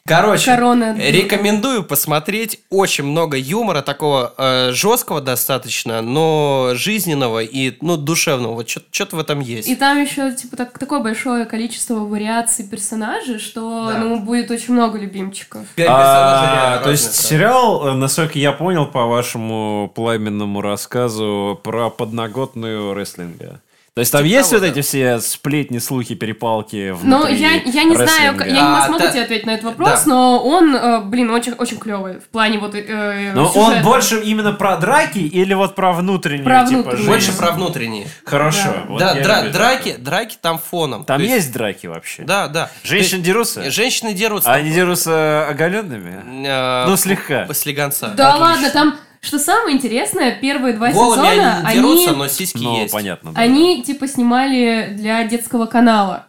B: Короче,
C: Корона.
B: рекомендую посмотреть. Очень много юмора, такого э, жесткого достаточно, но жизненного и ну, душевного. Вот что-то в этом есть.
C: И там еще типа так- такое большое количество вариаций персонажей, что
B: Да.
C: ну будет очень много любимчиков.
B: Пять персонажей
D: А,
B: реально
D: то есть
B: разных, да.
D: сериал, э, насколько я понял по вашему пламенному рассказу, про подноготную рестлинга. То есть там
B: Типа
D: есть
B: того,
D: вот
B: да.
D: эти все сплетни, слухи, перепалки
C: Ну,
D: внутри
C: я, я не знаю,
D: рестлинга?
C: я не
B: А,
C: смогу
B: да.
C: тебе ответить на этот вопрос,
B: Да.
C: но он, э, блин, очень, очень клевый в плане вот э,
D: Но он
C: сюжета.
D: больше именно про драки или вот про внутреннюю,
C: Про
D: типа,
C: внутреннюю.
D: жизнь?
B: Больше про внутренние.
D: Хорошо.
C: Да.
D: вот
B: да,
D: я
B: дра-
D: люблю
B: драки,
D: такое.
B: драки там фоном.
D: Там
B: То
D: есть драки вообще?
B: Да, да.
D: Женщины
B: То есть,
D: дерутся?
B: Женщины дерутся.
D: А они дерутся оголенными?
B: э,
D: Ну, слегка.
B: После гонца.
C: Да ладно, там, что самое интересное, первые два
B: Голыми
C: сезона,
B: они не дерутся,
C: они,
B: но сиськи
D: Ну,
B: есть.
D: понятно. да.
C: они типа снимали для детского канала.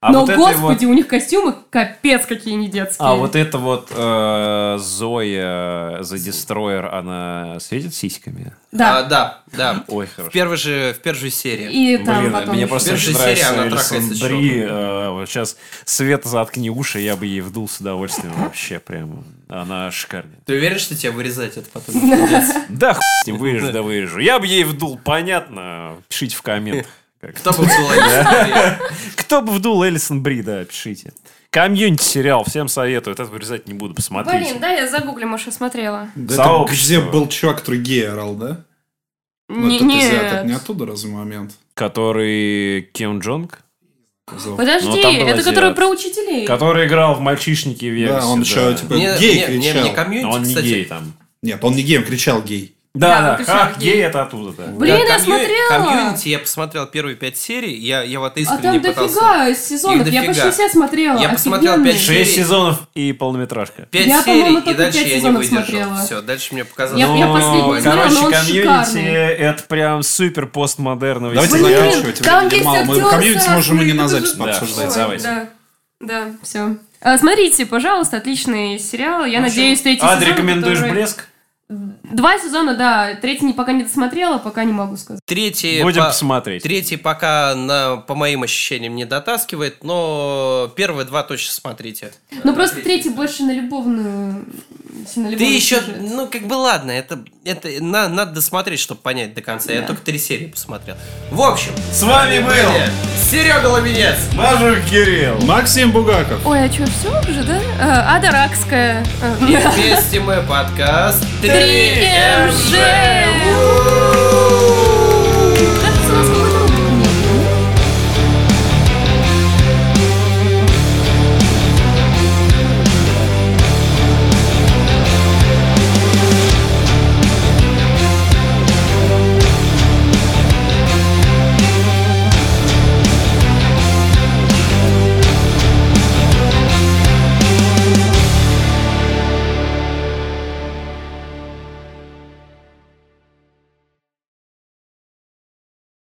D: А
C: но,
D: вот этой
C: господи, у них костюмы капец какие не детские.
D: А вот это вот э, Зоя за Дестройер, она светит сиськами?
B: А,
C: Да,
B: да, да.
D: Ой,
B: В
D: хорошо.
B: первой же, в первой же серии.
C: и там
D: Блин,
C: потом...
D: мне
C: ещё.
D: просто
B: Первая
D: очень
B: серия,
D: нравится
B: она
D: Элисон
B: трахается
D: Бри. э, вот сейчас Света заткни уши, я бы ей вдул с удовольствием вообще прям. Она шикарная.
B: Ты уверен, что тебя вырезать это потом не придется?
D: Да, хуй с ним, вырежу, да вырежу. Я бы ей вдул, понятно. Пишите в комментах. как.
B: Кто бы был Элисон
D: Кто бы вдул Элисон Бри, да, пишите. Комьюнити сериал, всем советую. Это вырезать не буду,
C: Блин,
D: посмотрите.
C: да, я загуглила, может, я смотрела.
E: Да там,
D: Сообщество.
E: где был чувак, который гей орал, да? Ну,
C: Не-
E: этот азиат, это не
C: нет.
E: оттуда разве момент?
D: Который Ким Джонг?
E: Казал.
D: Ну,
C: Подожди,
D: там был
C: это
D: азиат.
C: который про учителей.
D: Который играл в «Мальчишнике» в
E: Да, он еще, типа,
B: Бри?
E: гей
B: Мне- мне-
E: кричал.
B: Мне
D: он
B: комьюнити,
D: не гей
B: кстати,
D: там.
E: Нет, он не гей, он кричал гей.
D: Да,
C: Да,
D: да,
C: вот и всё,
D: ах,
C: гей.
D: гей это оттуда. да.
C: Блин,
B: Да,
C: я
B: комью-
C: смотрела!
B: Комьюнити, я посмотрел первые пять серий, я, я вот
C: А
B: искренне
C: там
B: пытался.
C: дофига сезонов,
B: Их
C: я
B: дофига.
C: почти все смотрела.
B: Я посмотрел
C: офигенные.
B: пять
D: Шесть
B: серий.
D: сезонов и полнометражка.
B: Пять
C: Я,
B: серий,
C: по-моему,
B: и
C: только
B: дальше
C: пять
B: я не
C: сезонов
B: выдержал.
C: смотрела.
B: Все, дальше мне показалось.
C: Я- я
D: Ну,
C: последний смотрела,
D: короче,
C: но он
D: комьюнити
C: шикарный.
D: это прям супер постмодерновый
E: Давайте
D: сериал.
E: заканчиваем.
C: Блин,
E: заканчивать,
C: там
E: времени
C: есть
E: мало, мы
C: актер
E: комьюнити
C: Саратовый,
E: можем и не
C: это
E: на
C: же
E: запись
C: жуть.
E: обсуждать,
C: Ой,
E: давайте.
C: Да, да, все. смотрите, пожалуйста, отличный сериал. Я надеюсь, третий
D: Ну, Ад, А,
C: сезон,
D: рекомендуешь
C: который-
D: блеск?
C: Два сезона, да. Третий не- пока не досмотрела, пока не могу сказать. Э,
B: Третий,
D: Будем
B: по-
D: посмотреть.
B: третий пока, на, по моим ощущениям, не дотаскивает, но первые два точно смотрите.
C: Ну просто третий больше на любовную... на
B: Ты
C: любовный
B: еще,
C: сюжет.
B: ну как бы ладно, это, это на- надо досмотреть, чтобы понять до конца. Я
C: Да.
B: только три серии посмотрел. В общем,
D: С вами был
B: Серега Лавинец.
D: Мажур Кирилл.
E: Максим Бугаков.
C: Ой, а что, все уже, да? А, Ада Ракская. А,
B: И вместе мы подкаст 3
C: 3MG.
B: МЖ.